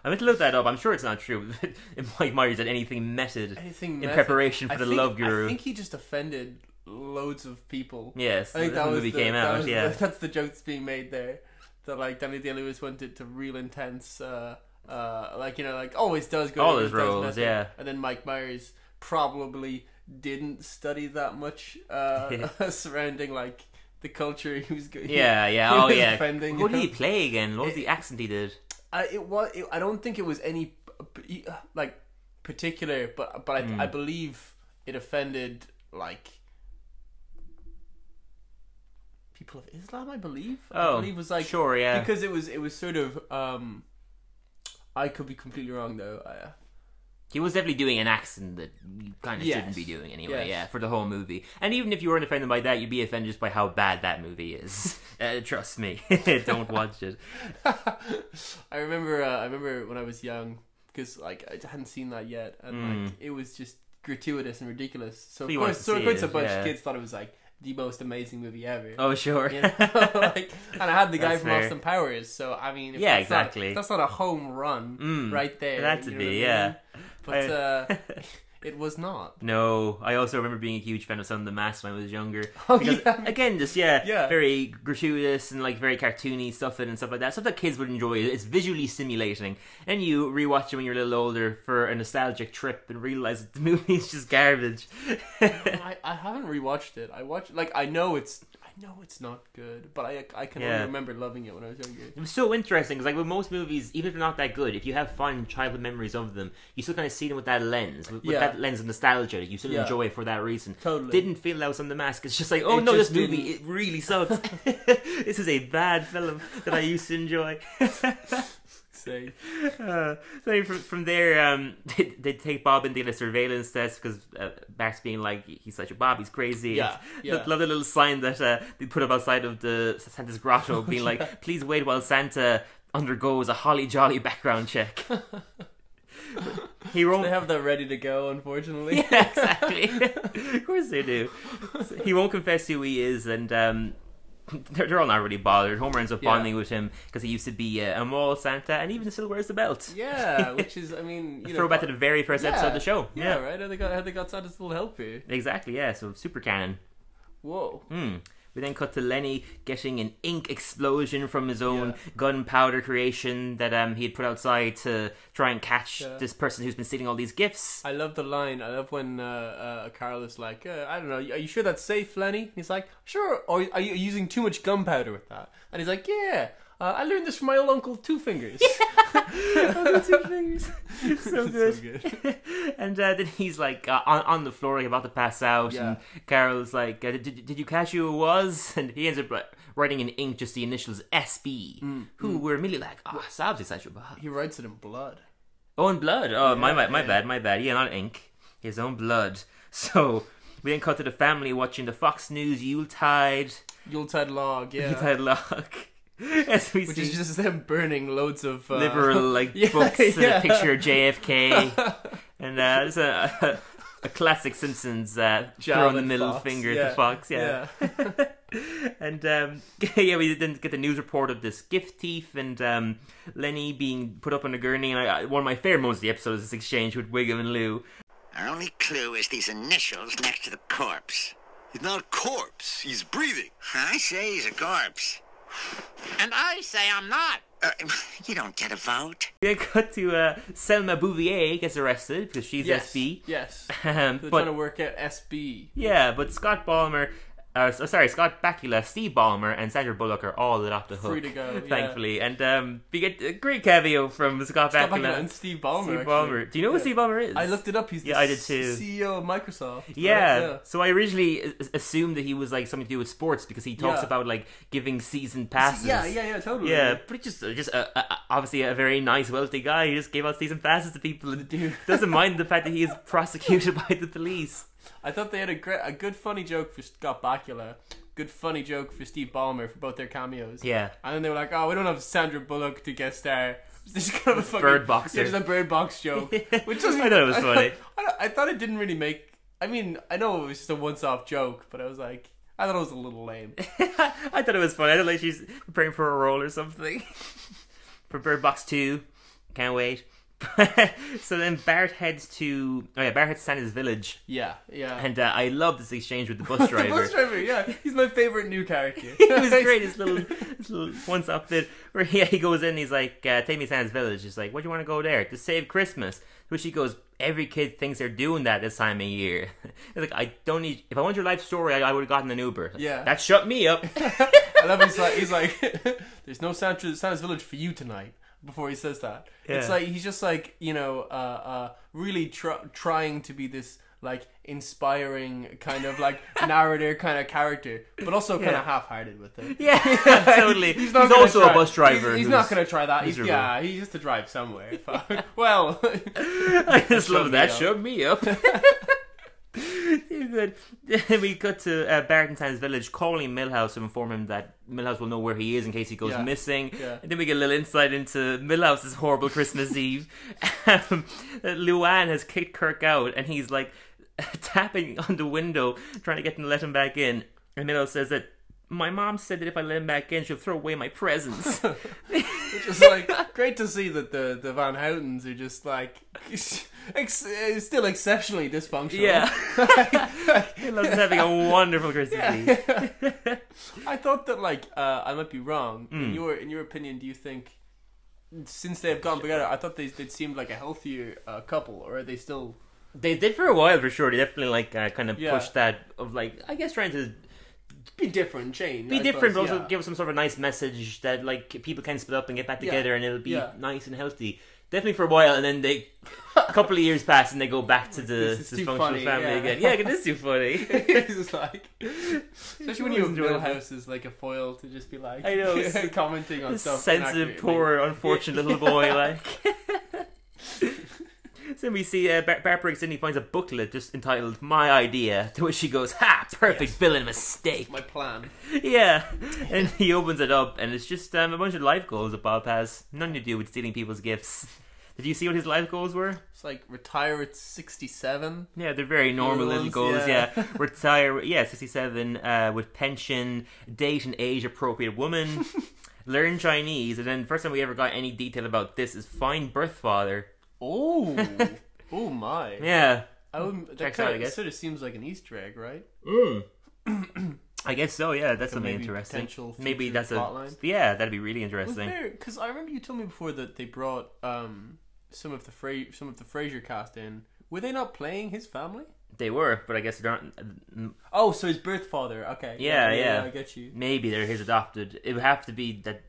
Speaker 1: I meant to look that up. I'm sure it's not true. if Mike Myers did anything method
Speaker 2: Anything
Speaker 1: in
Speaker 2: method.
Speaker 1: preparation for
Speaker 2: I
Speaker 1: The
Speaker 2: think-
Speaker 1: Love Guru.
Speaker 2: I think he just offended loads of people.
Speaker 1: yes,
Speaker 2: I think
Speaker 1: that
Speaker 2: that was
Speaker 1: movie
Speaker 2: the,
Speaker 1: came
Speaker 2: that
Speaker 1: out.
Speaker 2: was the-
Speaker 1: yeah.
Speaker 2: that's the joke that's being made there. That like Danny Day Lewis went to, to real intense, uh, uh, like you know, like always does go to
Speaker 1: All
Speaker 2: real
Speaker 1: his
Speaker 2: intense
Speaker 1: roles,
Speaker 2: method.
Speaker 1: yeah.
Speaker 2: And then Mike Myers probably didn't study that much uh, surrounding like the culture he was going.
Speaker 1: yeah, yeah,
Speaker 2: he
Speaker 1: oh
Speaker 2: was Eh.
Speaker 1: yeah.
Speaker 2: offending,
Speaker 1: Who
Speaker 2: you
Speaker 1: did he
Speaker 2: know?
Speaker 1: play again? What was the accent he did?
Speaker 2: I, it was. It, I don't think it was any p- p- like particular, but but I,
Speaker 1: Hmm.
Speaker 2: I believe it offended like people of Islam. I believe.
Speaker 1: Oh,
Speaker 2: I believe it was like
Speaker 1: sure, yeah.
Speaker 2: because it was it was sort of. um I could be completely wrong though. I,
Speaker 1: He was definitely doing an accent that you kind of
Speaker 2: Yes.
Speaker 1: shouldn't be doing anyway,
Speaker 2: Yes.
Speaker 1: yeah, for the whole movie. And even if you weren't offended by that, you'd be offended just by how bad that movie is. Uh, trust me, don't watch it.
Speaker 2: I remember. Uh, I remember when I was young because like I hadn't seen that yet, and like it was just gratuitous and ridiculous. So of
Speaker 1: Hmm. you wanted
Speaker 2: course,
Speaker 1: to
Speaker 2: so of
Speaker 1: see
Speaker 2: course, a
Speaker 1: it,
Speaker 2: bunch
Speaker 1: yeah.
Speaker 2: of kids thought it was like the most amazing movie ever.
Speaker 1: Oh, sure.
Speaker 2: You know? like, and I had the guy
Speaker 1: That's
Speaker 2: from
Speaker 1: fair.
Speaker 2: Austin Powers, so I mean, if
Speaker 1: Yeah,
Speaker 2: that's not-
Speaker 1: exactly. Mm.
Speaker 2: if that's not a home run right there.
Speaker 1: It had to
Speaker 2: you know
Speaker 1: be,
Speaker 2: what I
Speaker 1: yeah.
Speaker 2: mean? But uh, it was not.
Speaker 1: No, I also remember being a huge fan of Son of the Mask when I was younger.
Speaker 2: Oh,
Speaker 1: Because,
Speaker 2: yeah.
Speaker 1: Again, just yeah,
Speaker 2: Yeah.
Speaker 1: very gratuitous and like very cartoony stuff and stuff like that. Stuff that kids would enjoy. It's visually stimulating, and you rewatch it when you're a little older for a nostalgic trip and realize that the movie is just garbage.
Speaker 2: I, I haven't rewatched it. I watched like I know it's I know it's not good, but I I can
Speaker 1: Yeah.
Speaker 2: only remember loving it when I was younger.
Speaker 1: It was so interesting 'cause, like with most movies, even if they're not that good, if you have fun childhood memories of them, you still kind of see them with that lens, with, with
Speaker 2: Yeah.
Speaker 1: that lens of nostalgia. that You still
Speaker 2: Yeah.
Speaker 1: enjoy it for that reason.
Speaker 2: Totally.
Speaker 1: Didn't feel that was on the mask. It's just like, oh
Speaker 2: It
Speaker 1: no,
Speaker 2: just
Speaker 1: this movie
Speaker 2: didn't-
Speaker 1: it really sucks. this is a bad film that I used to enjoy.
Speaker 2: Say
Speaker 1: Uh, so from, from there, um, they, they take Bob into the surveillance test because uh, Max being like, he's such a Bob, he's crazy.
Speaker 2: Yeah,
Speaker 1: And
Speaker 2: yeah.
Speaker 1: Love, love the little sign that uh, they put up outside of the Santa's grotto, being like, please wait while Santa undergoes a holly jolly background check. he
Speaker 2: they
Speaker 1: won't.
Speaker 2: have that ready to go. Unfortunately,
Speaker 1: Yeah, exactly. of course they do. So He won't confess who he is, and um, they're, they're all not really bothered. Homer ends up
Speaker 2: Yeah.
Speaker 1: bonding with him because he used to be uh, a mall Santa, and even still wears the belt.
Speaker 2: yeah. Which is I mean you know
Speaker 1: Throw back to the very first episode of the show.
Speaker 2: Yeah,
Speaker 1: Yeah.
Speaker 2: right. How they got how they got Santa's little help here.
Speaker 1: Exactly, yeah, so super cannon.
Speaker 2: Whoa.
Speaker 1: Hmm. We then cut to Lenny getting an ink explosion from his own
Speaker 2: Yeah.
Speaker 1: gunpowder creation that um, he had put outside to try and catch
Speaker 2: Yeah.
Speaker 1: this person who's been stealing all these gifts.
Speaker 2: I love the line. I love when uh, uh, Carl is like, uh, I don't know, are you sure that's safe, Lenny? And he's like, sure. Or are you using too much gunpowder with that? And he's like, yeah. Uh, I learned this from my old uncle Two Fingers.
Speaker 1: so good. and uh, then he's like uh, on, on the floor, like, about to pass out,
Speaker 2: Yeah.
Speaker 1: and Carol's like, uh, did, "Did you catch who it was?" And he ends up like, writing in ink just the initials SB,
Speaker 2: Mm,
Speaker 1: who were immediately like, "Ah, oh, Sabs is such a bad."
Speaker 2: He writes it in blood.
Speaker 1: Oh, and blood. Oh, my, my, my bad, my bad. Yeah, not ink. His own blood. So we then cut to the family watching the Fox News Yuletide,
Speaker 2: Yuletide log, yeah.
Speaker 1: Yuletide log. As we
Speaker 2: Which
Speaker 1: see
Speaker 2: is just them burning loads of uh,
Speaker 1: liberal like
Speaker 2: Yeah,
Speaker 1: books and
Speaker 2: yeah.
Speaker 1: a picture of JFK, and uh, there's a, a, a classic Simpsons uh,
Speaker 2: jab
Speaker 1: throw in the
Speaker 2: at
Speaker 1: middle
Speaker 2: Fox.
Speaker 1: finger
Speaker 2: yeah.
Speaker 1: at the fox. yeah.
Speaker 2: yeah.
Speaker 1: And um, yeah, we then get the news report of this gift thief and um, Lenny being put up on a gurney. And I, I- one of my favorite moments of the episode is this exchange with Wiggum and Lou.
Speaker 5: Our only clue is these initials next to the corpse.
Speaker 3: He's not a corpse. He's breathing.
Speaker 5: I say he's a corpse. And I say I'm not. Uh, you don't get a vote.
Speaker 1: They cut to uh, Selma Bouvier gets arrested because she's
Speaker 2: Yes.
Speaker 1: SB.
Speaker 2: Yes.
Speaker 1: Um, but
Speaker 2: They're trying to work out SB.
Speaker 1: yeah, but Scott Balmer, uh, so- sorry, Scott Bakula, Steve Ballmer, and Sandra Bullock are all let off the hook,
Speaker 2: Free to go, yeah.
Speaker 1: thankfully. And um, we get a great cameo from Scott,
Speaker 2: Scott
Speaker 1: Bakula,
Speaker 2: Bakula and Steve Ballmer.
Speaker 1: Steve
Speaker 2: actually.
Speaker 1: Ballmer. Do you know who
Speaker 2: Yeah.
Speaker 1: Steve Ballmer is?
Speaker 2: I looked it up. He's the
Speaker 1: Yeah, I did too.
Speaker 2: CEO of Microsoft. right?
Speaker 1: Yeah. So I originally a- assumed that he was like something to do with sports because he talks
Speaker 2: Yeah.
Speaker 1: about like giving season passes.
Speaker 2: Yeah, yeah, yeah, totally.
Speaker 1: Yeah, but just just uh, uh, obviously a very nice, wealthy guy. He just gave out season passes to people and
Speaker 2: Dude.
Speaker 1: doesn't mind the fact that he is prosecuted by the police.
Speaker 2: I thought they had a great, a good funny joke for Scott Bakula, good funny joke for Steve Ballmer for both their cameos.
Speaker 1: Yeah.
Speaker 2: And then they were like, "Oh, we don't have Sandra Bullock to guest star." This is kind of a fucking
Speaker 1: Bird Box
Speaker 2: Yeah,
Speaker 1: joke.
Speaker 2: just a bird box joke. Which doesn't-
Speaker 1: I thought it was
Speaker 2: I thought-
Speaker 1: funny.
Speaker 2: I, don't- I thought it didn't really make. I mean, I know it was just a once-off joke, but I was like, I thought it was a little lame.
Speaker 1: I thought it was funny. I thought like she's preparing for a role or something for Bird Box Two. Can't wait. so then Bart heads to oh yeah, Bart heads to Santa's village,
Speaker 2: Yeah, yeah.
Speaker 1: and uh, I love this exchange with the bus driver.
Speaker 2: the bus driver, yeah, he's my favorite new character.
Speaker 1: it was great. His little, his little once up bit where he, he goes in. He's like, uh, "Take me to Santa's village." He's like, "What do you want to go there to save Christmas?" To which he goes, "Every kid thinks they're doing that this time of year." He's like, "I don't need. If I want your life story, I, I would have gotten an Uber."
Speaker 2: Yeah.
Speaker 1: that shut me up.
Speaker 2: I love he's like he's like there's no Santa, Santa's village for you tonight. Before he says that, it's
Speaker 1: Yeah.
Speaker 2: like he's just like you know uh, uh, really tr- trying to be this like inspiring kind of like narrator kind of character, but also kind
Speaker 1: Yeah.
Speaker 2: of half-hearted with it.
Speaker 1: yeah, totally. He's,
Speaker 2: gonna
Speaker 1: also
Speaker 2: try-
Speaker 1: a bus driver.
Speaker 2: He's, he's
Speaker 1: who's-
Speaker 2: not going to try that. He's,
Speaker 1: miserable.
Speaker 2: yeah, he used to drive somewhere. well,
Speaker 1: I just love
Speaker 2: me
Speaker 1: that.
Speaker 2: up.
Speaker 1: Shut me up. Too good. Then we cut to uh, Barrington's village, calling Millhouse to inform him that Millhouse will know where he is in case he goes
Speaker 2: Yeah.
Speaker 1: missing.
Speaker 2: Yeah.
Speaker 1: And then we get a little insight into Millhouse's horrible Christmas Eve. Um, that Luann has kicked Kirk out, and he's like tapping on the window, trying to get them to let him back in. And Millhouse says that. My mom said that if I let him back in, she'll throw away my presents.
Speaker 2: It's like great to see that the the Van Houtens are just like ex- uh, still exceptionally dysfunctional.
Speaker 1: yeah, Millhouse is having a wonderful Christmas Eve.
Speaker 2: I thought that like uh, I might be wrong.
Speaker 1: Hmm.
Speaker 2: In your in your opinion, do you think since they've gone together, I thought they they seemed like a healthier uh, couple, or are they still?
Speaker 1: They did for a while for sure. They definitely like uh, kind of
Speaker 2: Yeah.
Speaker 1: pushed that of like I guess trying to
Speaker 2: Be different, change.
Speaker 1: be
Speaker 2: I
Speaker 1: different,
Speaker 2: suppose,
Speaker 1: but also
Speaker 2: yeah.
Speaker 1: give some sort of nice message that like people can split up and get back
Speaker 2: Yeah.
Speaker 1: together, and it'll be
Speaker 2: Yeah.
Speaker 1: nice and healthy. Definitely for a while, and then they a couple of years pass, and they go back to the
Speaker 2: This is too
Speaker 1: dysfunctional
Speaker 2: funny,
Speaker 1: family
Speaker 2: yeah.
Speaker 1: again. Yeah, it is too funny.
Speaker 2: it's just like, especially when you have
Speaker 1: enjoyable.
Speaker 2: Millhouse is like a foil to just be like,
Speaker 1: I know, it's-
Speaker 2: commenting on stuff.
Speaker 1: sensitive,
Speaker 2: inaccurately.
Speaker 1: poor, unfortunate little boy. Like. So we see uh, Bar- Barbara Sydney finds a booklet just entitled "My Idea," to which she goes, "Ha! Perfect villain mistake."
Speaker 2: My plan.
Speaker 1: Yeah, and he opens it up, and it's just um, a bunch of life goals that Bob has. Nothing to do with stealing people's gifts. Did you see what his life goals were?
Speaker 2: It's like retire at sixty-seven.
Speaker 1: Yeah, they're very normal little
Speaker 2: Goals,
Speaker 1: goals. Yeah,
Speaker 2: yeah.
Speaker 1: retire. Yeah, sixty-seven uh, with pension, date an age-appropriate woman, learn Chinese, and then first time we ever got any detail about this is find birth father.
Speaker 2: Oh, oh my!
Speaker 1: Yeah,
Speaker 2: I would, that
Speaker 1: Checks
Speaker 2: kind
Speaker 1: out, I
Speaker 2: of,
Speaker 1: guess.
Speaker 2: sort of seems like an Easter egg, right?
Speaker 1: I guess so. Yeah, that's something
Speaker 2: maybe
Speaker 1: interesting.
Speaker 2: potential
Speaker 1: maybe
Speaker 2: future
Speaker 1: that's a
Speaker 2: plotline.
Speaker 1: yeah, that'd be really interesting.
Speaker 2: Because I remember you told me before that they brought um, some of the Fra- some of the Frasier cast in. Were they not playing his family?
Speaker 1: They were, but I guess they're not.
Speaker 2: Oh, so his birth father. Okay.
Speaker 1: Yeah, yeah.
Speaker 2: I get you.
Speaker 1: Maybe they're his adopted. It would have to be that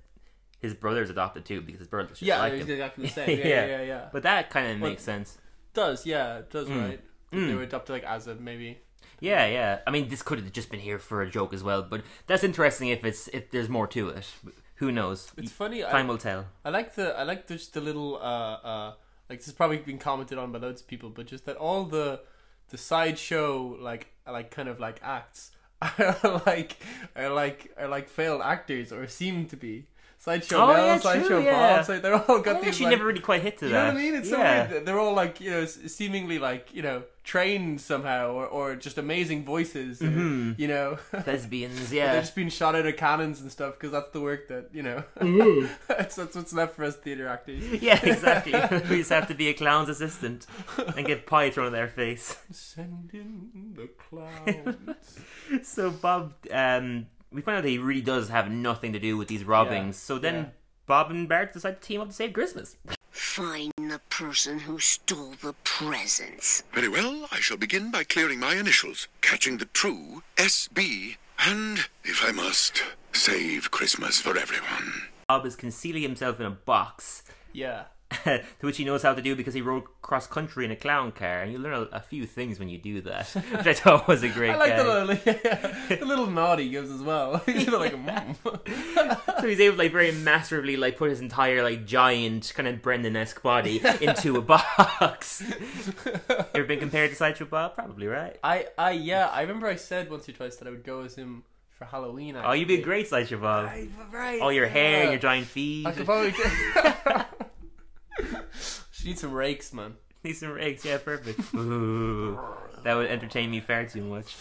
Speaker 1: his brother's adopted too, because his brother's just
Speaker 2: Yeah,
Speaker 1: like
Speaker 2: it was
Speaker 1: him.
Speaker 2: exactly the same. Yeah, yeah, yeah. yeah.
Speaker 1: But that kind of makes sense.
Speaker 2: does, yeah, it
Speaker 1: Mm.
Speaker 2: does, right? That They were adopted like as a maybe.
Speaker 1: Yeah, yeah. I mean, this could have just been here for a joke as well, but that's interesting. If it's if there's more to it, who knows?
Speaker 2: It's funny. I,
Speaker 1: Time will tell.
Speaker 2: I like the I like just the little uh uh like this has probably been commented on by loads of people, but just that all the the sideshow like like kind of like acts are like are like are like failed actors or seem to be. Sideshow
Speaker 1: Oh,
Speaker 2: Mel,
Speaker 1: yeah,
Speaker 2: Sideshow
Speaker 1: true,
Speaker 2: Bob,
Speaker 1: yeah.
Speaker 2: Side- they're all got
Speaker 1: I
Speaker 2: these
Speaker 1: actually
Speaker 2: like,
Speaker 1: never really quite hit to
Speaker 2: you
Speaker 1: that.
Speaker 2: know what I mean? It's so
Speaker 1: yeah.
Speaker 2: weird. They're all like you know, s- seemingly like you know, trained somehow, or, or just amazing voices. and,
Speaker 1: Mm-hmm.
Speaker 2: you know,
Speaker 1: Lesbians,
Speaker 2: they're
Speaker 1: yeah.
Speaker 2: just being shot out of cannons and stuff because that's the work that you know. that's, that's what's left for us theater actors.
Speaker 1: Yeah, exactly. we just have to be a clown's assistant and get pie thrown in their face.
Speaker 2: Send in the clouds.
Speaker 1: So Bob, um, we find out that he really does have nothing to do with these robbings.
Speaker 2: Yeah,
Speaker 1: So then
Speaker 2: yeah.
Speaker 1: Bob and Bart decide to team up to save Christmas.
Speaker 4: Find the person who stole the presents.
Speaker 3: Very well, I shall begin by clearing my initials, catching the true SB, and, if I must, save Christmas for everyone.
Speaker 1: Bob is concealing himself in a box,
Speaker 2: yeah.
Speaker 1: to which he knows how to do because he rode cross country in a clown car, and you learn a, a few things when you do that, which I thought was a great.
Speaker 2: I like
Speaker 1: gag.
Speaker 2: the little, the little nod he gives as well. He's a bit like, mm.
Speaker 1: So he's able to like very masterfully like put his entire like giant kind of Brendan esque body into a box. Ever been compared to Sideshow Bob? Probably right.
Speaker 2: I, I, yeah, I remember I said once or twice that I would go as him for Halloween.
Speaker 1: Oh,
Speaker 2: Actually.
Speaker 1: you'd be a great Sideshow Bob.
Speaker 2: right?
Speaker 1: All your hair,
Speaker 2: yeah.
Speaker 1: your giant feet.
Speaker 2: I could probably. do- she needs some rakes, man.
Speaker 1: Need some eggs, yeah, perfect. Ooh, that would entertain me far too much.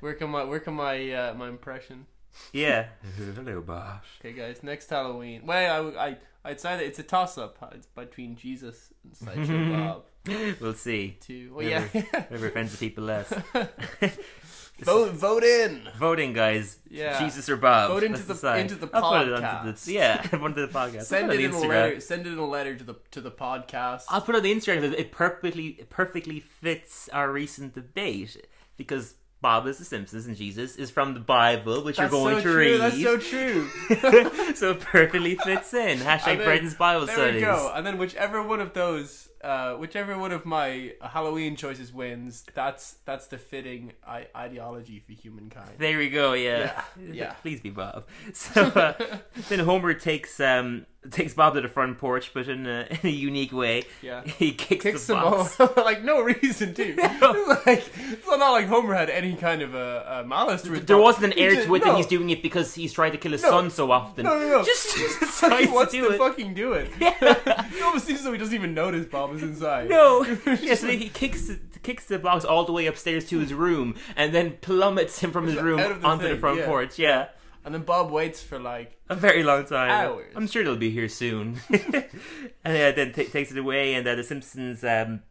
Speaker 2: Work on my, work on my, uh, my impression.
Speaker 1: Yeah. Hello, Bob.
Speaker 2: Okay, guys, next Halloween. Well, I, I, I'd say that it's a toss-up. It's between Jesus and Sideshow Bob.
Speaker 1: We'll see.
Speaker 2: Two. Well, yeah.
Speaker 1: Whoever offends the people less.
Speaker 2: vote, vote in.
Speaker 1: Voting, guys.
Speaker 2: Yeah.
Speaker 1: Jesus or Bob.
Speaker 2: Vote into
Speaker 1: Let's
Speaker 2: the-
Speaker 1: decide.
Speaker 2: into the
Speaker 1: I'll put it onto
Speaker 2: podcast.
Speaker 1: the yeah, onto the podcast.
Speaker 2: Send
Speaker 1: I'll
Speaker 2: it
Speaker 1: put
Speaker 2: in
Speaker 1: on
Speaker 2: a
Speaker 1: Instagram.
Speaker 2: letter. Send it in a letter to the to the podcast.
Speaker 1: I'll put it on the Instagram because it perfectly it perfectly fits our recent debate because Bob is the Simpsons and Jesus is from the Bible, which
Speaker 2: That's
Speaker 1: you're going
Speaker 2: so
Speaker 1: to
Speaker 2: true.
Speaker 1: read.
Speaker 2: That's so true.
Speaker 1: so it perfectly fits in. Hashtag
Speaker 2: And then-
Speaker 1: Brendan's Bible
Speaker 2: there
Speaker 1: Studies.
Speaker 2: we go. And then whichever one of those, uh, whichever one of my Halloween choices wins, that's that's the fitting I- ideology for humankind.
Speaker 1: There we go. Yeah.
Speaker 2: Yeah, yeah.
Speaker 1: Please be Bob. So uh, then Homer takes um takes Bob to the front porch, but in a, in a unique way.
Speaker 2: Yeah.
Speaker 1: He kicks,
Speaker 2: Kicks
Speaker 1: the
Speaker 2: them
Speaker 1: box.
Speaker 2: all like no reason to. like it's not like Homer had any kind of a, a malice. towards
Speaker 1: There
Speaker 2: Bob.
Speaker 1: wasn't an
Speaker 2: He
Speaker 1: air
Speaker 2: just-
Speaker 1: to it that
Speaker 2: no.
Speaker 1: he's doing it because he's tried to kill his son so often.
Speaker 2: No, no, no.
Speaker 1: Just, just
Speaker 2: Like,
Speaker 1: tries
Speaker 2: he wants
Speaker 1: to
Speaker 2: to,
Speaker 1: do it.
Speaker 2: fucking do it. it almost seems as though he doesn't even notice Bob is inside.
Speaker 1: No. yeah, so he kicks the, kicks the box all the way upstairs to his room, and then plummets him from his room
Speaker 2: Out of the
Speaker 1: onto the
Speaker 2: thing,
Speaker 1: front
Speaker 2: yeah.
Speaker 1: porch. Yeah,
Speaker 2: And then Bob waits for like
Speaker 1: a very long time.
Speaker 2: Hours.
Speaker 1: I'm sure they'll be here soon. and uh, then ta takes it away, and uh, the Simpsons um,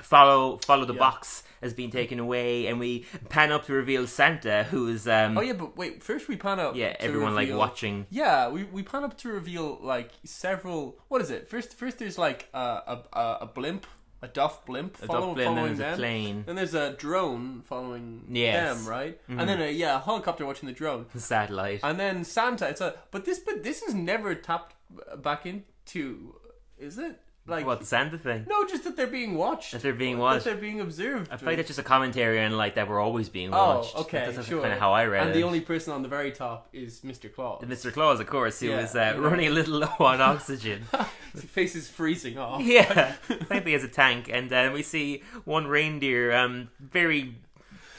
Speaker 1: follow follow the box as being taken away, and we pan up to reveal Santa, who is um,
Speaker 2: Oh yeah, but wait, first we pan up.
Speaker 1: yeah,
Speaker 2: to
Speaker 1: everyone like
Speaker 2: reveal-
Speaker 1: watching.
Speaker 2: Yeah, we, we plan up to reveal like several. What is it? First, first there's like uh, a a, a blimp, a Duff blimp,
Speaker 1: A
Speaker 2: follow,
Speaker 1: Duff blimp,
Speaker 2: following
Speaker 1: and there's a
Speaker 2: them.
Speaker 1: plane.
Speaker 2: Then there's a drone following
Speaker 1: Yes. Mm-hmm.
Speaker 2: them, right? And then a, yeah, a helicopter watching the drone.
Speaker 1: The satellite.
Speaker 2: And then Santa. It's a but this but this is never tapped back into, is it? Like
Speaker 1: what the Santa thing?
Speaker 2: no, just that they're being watched.
Speaker 1: That they're being watched.
Speaker 2: That they're being observed.
Speaker 1: I feel like that's just a commentary on like that we're always being watched.
Speaker 2: Oh, okay,
Speaker 1: That's
Speaker 2: sure.
Speaker 1: kind of how I read
Speaker 2: and
Speaker 1: it.
Speaker 2: the only person on the very top is Mr. Claus.
Speaker 1: Mr. Claus, of course, who
Speaker 2: Yeah,
Speaker 1: was uh,
Speaker 2: you know.
Speaker 1: running a little low on oxygen.
Speaker 2: His face is freezing off.
Speaker 1: yeah, thankfully he has a tank, and then we see one reindeer, um, very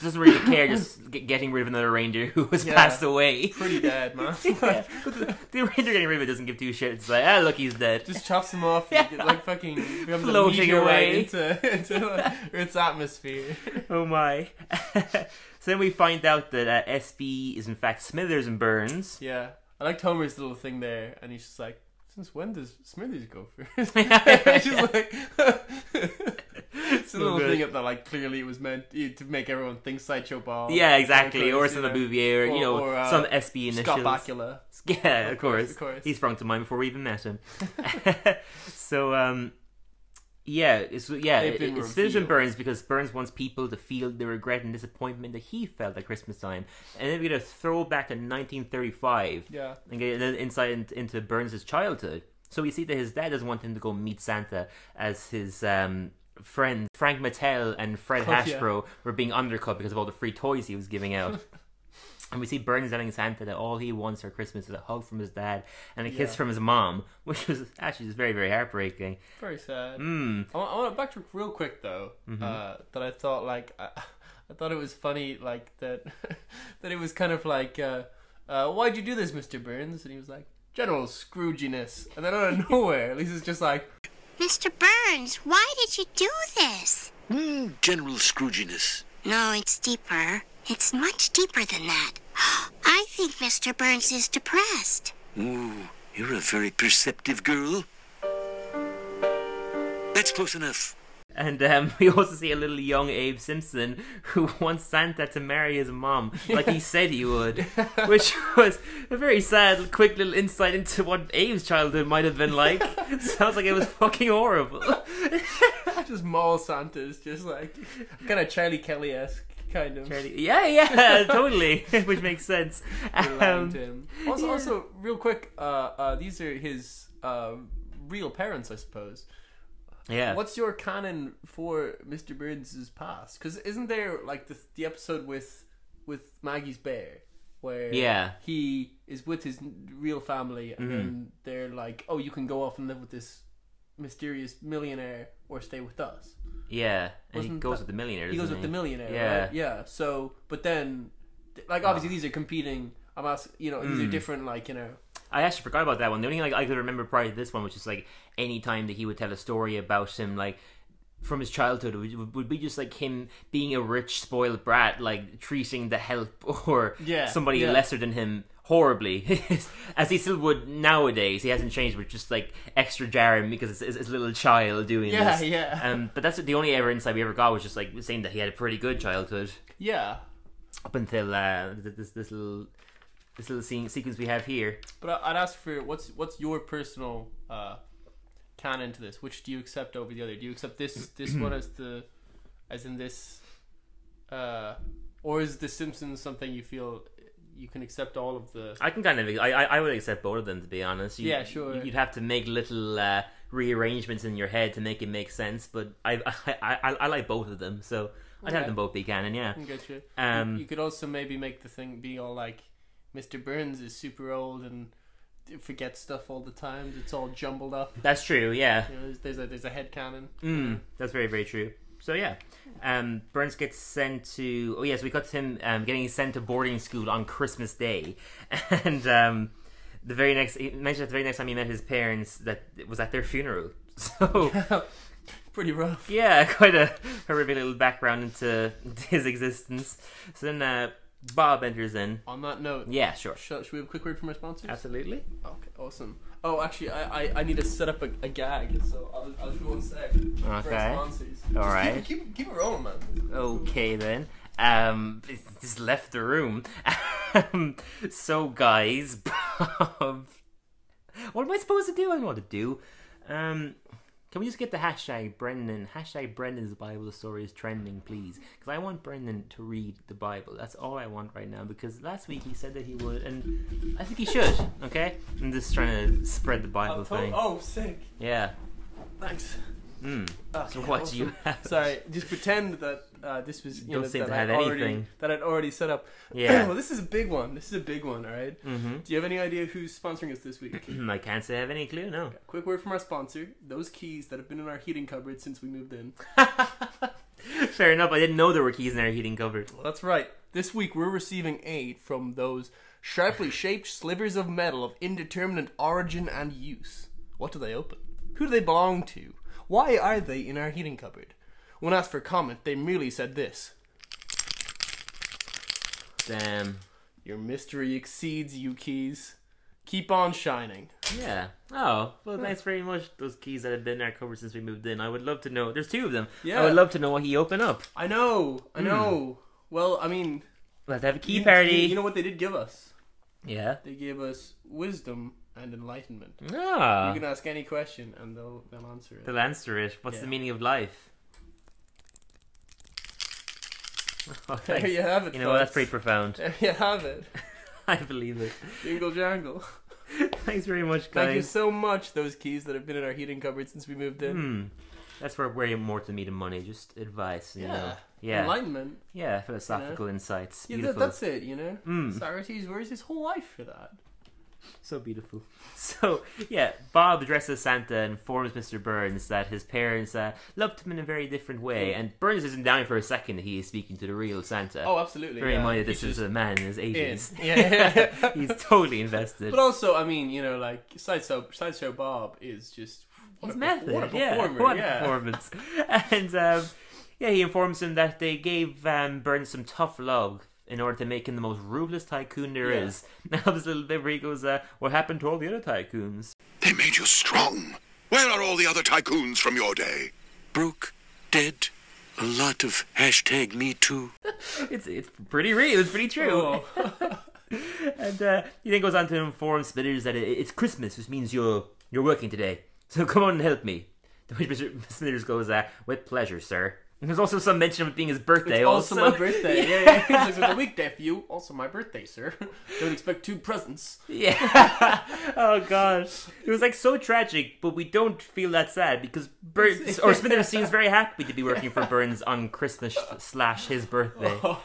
Speaker 1: doesn't really care, just g- getting rid of another reindeer who has
Speaker 2: Yeah.
Speaker 1: passed away.
Speaker 2: Pretty dead, man.
Speaker 1: Yeah. the reindeer getting rid of it doesn't give two shits. It's like, ah, look, he's dead.
Speaker 2: Just chops him off, and it, like fucking becomes
Speaker 1: Floating
Speaker 2: a meteorite
Speaker 1: away.
Speaker 2: into, into like, Earth's atmosphere.
Speaker 1: oh my. so then we find out that uh, SB is in fact Smithers and Burns.
Speaker 2: Yeah, I liked Homer's little thing there, and he's just like, "Since when does Smithers go first?
Speaker 1: Yeah.
Speaker 2: It's just like, it's a little
Speaker 1: good.
Speaker 2: thing that like clearly it was meant to make everyone think sideshow Bob.
Speaker 1: Yeah, exactly. Or
Speaker 2: some
Speaker 1: some Bouvier, or, uh, you know, some SB
Speaker 2: Scott
Speaker 1: initials.
Speaker 2: Bakula.
Speaker 1: Yeah, of,
Speaker 2: course,
Speaker 1: course,
Speaker 2: of course.
Speaker 1: He's sprung to mind before we even met him. so, um, yeah, it's yeah,
Speaker 2: They've
Speaker 1: it,
Speaker 2: been
Speaker 1: it's Smithers and
Speaker 2: revealed.
Speaker 1: Burns because Burns wants people to feel the regret and disappointment that he felt at Christmas time, and then we get a throwback to 1935.
Speaker 2: Yeah.
Speaker 1: and get an insight in- into Burns' childhood. So we see that his dad doesn't want him to go meet Santa as his um. Friend Frank Mattel and Fred
Speaker 2: yeah.
Speaker 1: Hasbro were being undercut because of all the free toys he was giving out. And we see Burns telling Santa that all he wants for Christmas is a hug from his dad and a kiss
Speaker 2: Yeah.
Speaker 1: from his mom, which was actually just very, very heartbreaking.
Speaker 2: Very sad.
Speaker 1: Hmm.
Speaker 2: I, wa- I want to backtrack real quick though.
Speaker 1: Mm-hmm.
Speaker 2: Uh, that I thought like I, I thought it was funny like that that it was kind of like uh, uh, why'd you do this, Mister Burns? And he was like, general scrooginess. And then out of nowhere, Lisa's just like,
Speaker 6: Mr. Burns, why did you do this?
Speaker 5: Mm, general scrooginess.
Speaker 6: No, it's deeper. It's much deeper than that. I think Mr. Burns is depressed.
Speaker 5: Ooh, you're a very perceptive girl. That's close enough.
Speaker 1: And um, we also see a little young Abe Simpson who wants Santa to marry his mom, like he said he would, which was a very sad, quick little insight into what Abe's childhood might have been like. Sounds like it was fucking horrible.
Speaker 2: just mall Santa's just like, kind of Charlie Kelly esque, kind of.
Speaker 1: yeah, yeah, totally, which makes sense.
Speaker 2: lying
Speaker 1: Um,
Speaker 2: to him. Also, also, real quick, uh, uh, these are his uh, real parents, I suppose.
Speaker 1: yeah,
Speaker 2: What's your canon for Mr. Burns' past? Because isn't there like the, the episode with with Maggie's bear where
Speaker 1: Yeah. Mm-hmm.
Speaker 2: he is with his n- real family and then they're like, oh, you can go off and live with this mysterious millionaire or stay with us.
Speaker 1: yeah, and he
Speaker 2: wasn't
Speaker 1: goes
Speaker 2: that-
Speaker 1: with the millionaire.
Speaker 2: He goes
Speaker 1: doesn't
Speaker 2: with the millionaire,
Speaker 1: Yeah.
Speaker 2: right? Yeah. So, but then, th- like, obviously these are competing. I'm asking, you know, these are different, like, you know.
Speaker 1: I actually forgot about that one. The only thing like, I could remember prior to this one, which is like any time that he would tell a story about him, like from his childhood, would, would be just like him being a rich, spoiled brat, like treating the help or
Speaker 2: Yeah,
Speaker 1: somebody
Speaker 2: yeah.
Speaker 1: lesser than him horribly, as he still would nowadays. He hasn't changed, but just like extra jarring because it's, it's, it's a little child doing
Speaker 2: Yeah,
Speaker 1: this.
Speaker 2: yeah.
Speaker 1: Um, but that's the only ever insight we ever got was just like saying that he had a pretty good childhood
Speaker 2: Yeah.
Speaker 1: up until uh, th- this this little this little scene, sequence we have here.
Speaker 2: But I- I'd ask for what's what's your personal uh, canon to this? Which do you accept over the other? Do you accept this this one as the as in this, uh, or is The Simpsons something you feel you can accept all of the?
Speaker 1: I can kind of I I, I would accept both of them to be honest. You,
Speaker 2: Yeah, sure.
Speaker 1: You'd have to make little uh, rearrangements in your head to make it make sense, but I I I, I like both of them, so I'd have
Speaker 2: Okay.
Speaker 1: them both be canon. Yeah.
Speaker 2: Gotcha.
Speaker 1: Um,
Speaker 2: you could also maybe make the thing be all like, Mr. Burns is super old and forgets stuff all the time. It's all jumbled up.
Speaker 1: That's true. Yeah.
Speaker 2: You know, there's, there's a there's a head cannon.
Speaker 1: Mm, that's very very true. So yeah, um, Burns gets sent to. Oh yes, we got him um, getting sent to boarding school on Christmas Day, and um, the very next he mentioned that the very next time he met his parents that it was at their funeral. So
Speaker 2: Pretty rough.
Speaker 1: yeah, quite a horrific little background into his existence. So then uh, Bob enters in.
Speaker 2: On that note,
Speaker 1: Yeah, sure.
Speaker 2: Shall, should we have a quick word from our sponsors?
Speaker 1: Absolutely.
Speaker 2: Okay, awesome. Oh, actually, I, I, I need to set up a, a gag, so I'll, I'll do one sec. for our
Speaker 1: Okay.
Speaker 2: sponsors.
Speaker 1: All
Speaker 2: Just
Speaker 1: right.
Speaker 2: Keep, keep, keep it rolling, man.
Speaker 1: Okay then. Um, just left the room. Um, so guys, Bob, what am I supposed to do? I don't know what to do. Um, can we just get the hashtag Brendan? Hashtag Brendan's Bible stories trending, please, because I want Brendan to read the Bible. That's all I want right now. Because last week he said that he would, and I think he should. Okay, I'm just trying to spread the Bible thing.
Speaker 2: oh, sick.
Speaker 1: Yeah.
Speaker 2: Thanks.
Speaker 1: Mm.
Speaker 2: Okay,
Speaker 1: So what do
Speaker 2: awesome.
Speaker 1: you have?
Speaker 2: Sorry, just pretend that uh, this was you
Speaker 1: Don't
Speaker 2: know,
Speaker 1: seem
Speaker 2: that
Speaker 1: to
Speaker 2: I
Speaker 1: have
Speaker 2: already,
Speaker 1: anything.
Speaker 2: that I'd already set up.
Speaker 1: Yeah.
Speaker 2: well, this is a big one. This is a big one. All right.
Speaker 1: Mhm.
Speaker 2: Do you have any idea who's sponsoring us this week?
Speaker 1: Hmm, I can't say I have any clue. No.
Speaker 2: Quick word from our sponsor: those keys that have been in our heating cupboard since we moved in.
Speaker 1: Fair enough. I didn't know there were keys in our heating cupboard.
Speaker 2: That's right. This week we're receiving aid from those sharply shaped slivers of metal of indeterminate origin and use. What do they open? Who do they belong to? Why are they in our heating cupboard? When asked for comment, they merely said this
Speaker 1: Damn.
Speaker 2: Your mystery exceeds you, keys. Keep on shining.
Speaker 1: Yeah. Oh, well, thanks very much. Those keys that have been in our cupboard since we moved in. I would love to know. There's two of them. I
Speaker 2: Yeah.
Speaker 1: would love to know what he opened up.
Speaker 2: I know, I know. Well, I mean,
Speaker 1: Let's have a Hmm. key
Speaker 2: you-
Speaker 1: party.
Speaker 2: You, you know what they did give us?
Speaker 1: yeah.
Speaker 2: They gave us wisdom and enlightenment.
Speaker 1: Ah.
Speaker 2: You can ask any question and they'll, they'll answer it.
Speaker 1: They'll answer it. What's the
Speaker 2: Yeah.
Speaker 1: meaning of life? Oh,
Speaker 2: There
Speaker 1: thanks.
Speaker 2: you have it.
Speaker 1: You know what? That's
Speaker 2: folks.
Speaker 1: pretty profound.
Speaker 2: There you have it.
Speaker 1: I believe it.
Speaker 2: Jingle jangle.
Speaker 1: Thanks very much, guys.
Speaker 2: Thank you so much, those keys that have been in our heating cupboard since we moved in.
Speaker 1: Hmm. That's where we're more to me than money. Just advice. You Know? Yeah.
Speaker 2: Enlightenment.
Speaker 1: Yeah, philosophical insights.
Speaker 2: Yeah, that,
Speaker 1: Beautiful.
Speaker 2: that's it, you know?
Speaker 1: Mm.
Speaker 2: Socrates worries his whole life for that.
Speaker 1: So beautiful. So yeah, Bob addresses Santa and informs Mr. Burns that his parents uh, loved him in a very different way, and Burns isn't down for a second that he is speaking to the real Santa.
Speaker 2: Hmm. Oh, absolutely.
Speaker 1: Bear in
Speaker 2: yeah.
Speaker 1: mind that
Speaker 2: He's
Speaker 1: this is
Speaker 2: just
Speaker 1: a man in his
Speaker 2: in.
Speaker 1: eighties.
Speaker 2: Yeah.
Speaker 1: He's totally invested.
Speaker 2: But uh, also, I mean, you know, like sideshow, sideshow Bob is just what
Speaker 1: His
Speaker 2: a,
Speaker 1: method,
Speaker 2: What a
Speaker 1: yeah,
Speaker 2: performer!
Speaker 1: what a
Speaker 2: yeah.
Speaker 1: performance. And um, yeah, he informs him that they gave um, Burns some tough love in order to make him the most ruthless tycoon there
Speaker 2: Yeah.
Speaker 1: is. Now this little bit where he goes, uh, "What happened to all the other tycoons?"
Speaker 3: They made you strong. Where are all the other tycoons from your day?
Speaker 7: Brooke, dead. A lot of hashtag me too.
Speaker 1: It's it's pretty real. It's pretty true.
Speaker 2: Oh.
Speaker 1: And uh, he then goes on to inform Smithers that it, it's Christmas, which means you're you're working today. So come on and help me. To which Mr. Smithers goes, uh, "With pleasure, sir." And there's also some mention of it being his birthday.
Speaker 2: It's also my birthday. Yeah, yeah. yeah. It's like, it's a weekday for you. Also my birthday, sir. Don't expect two presents.
Speaker 1: Yeah. oh gosh, it was like so tragic, but we don't feel that sad because Burns or Smithers seems very happy to be working for Burns on Christmas slash his birthday.
Speaker 2: Oh.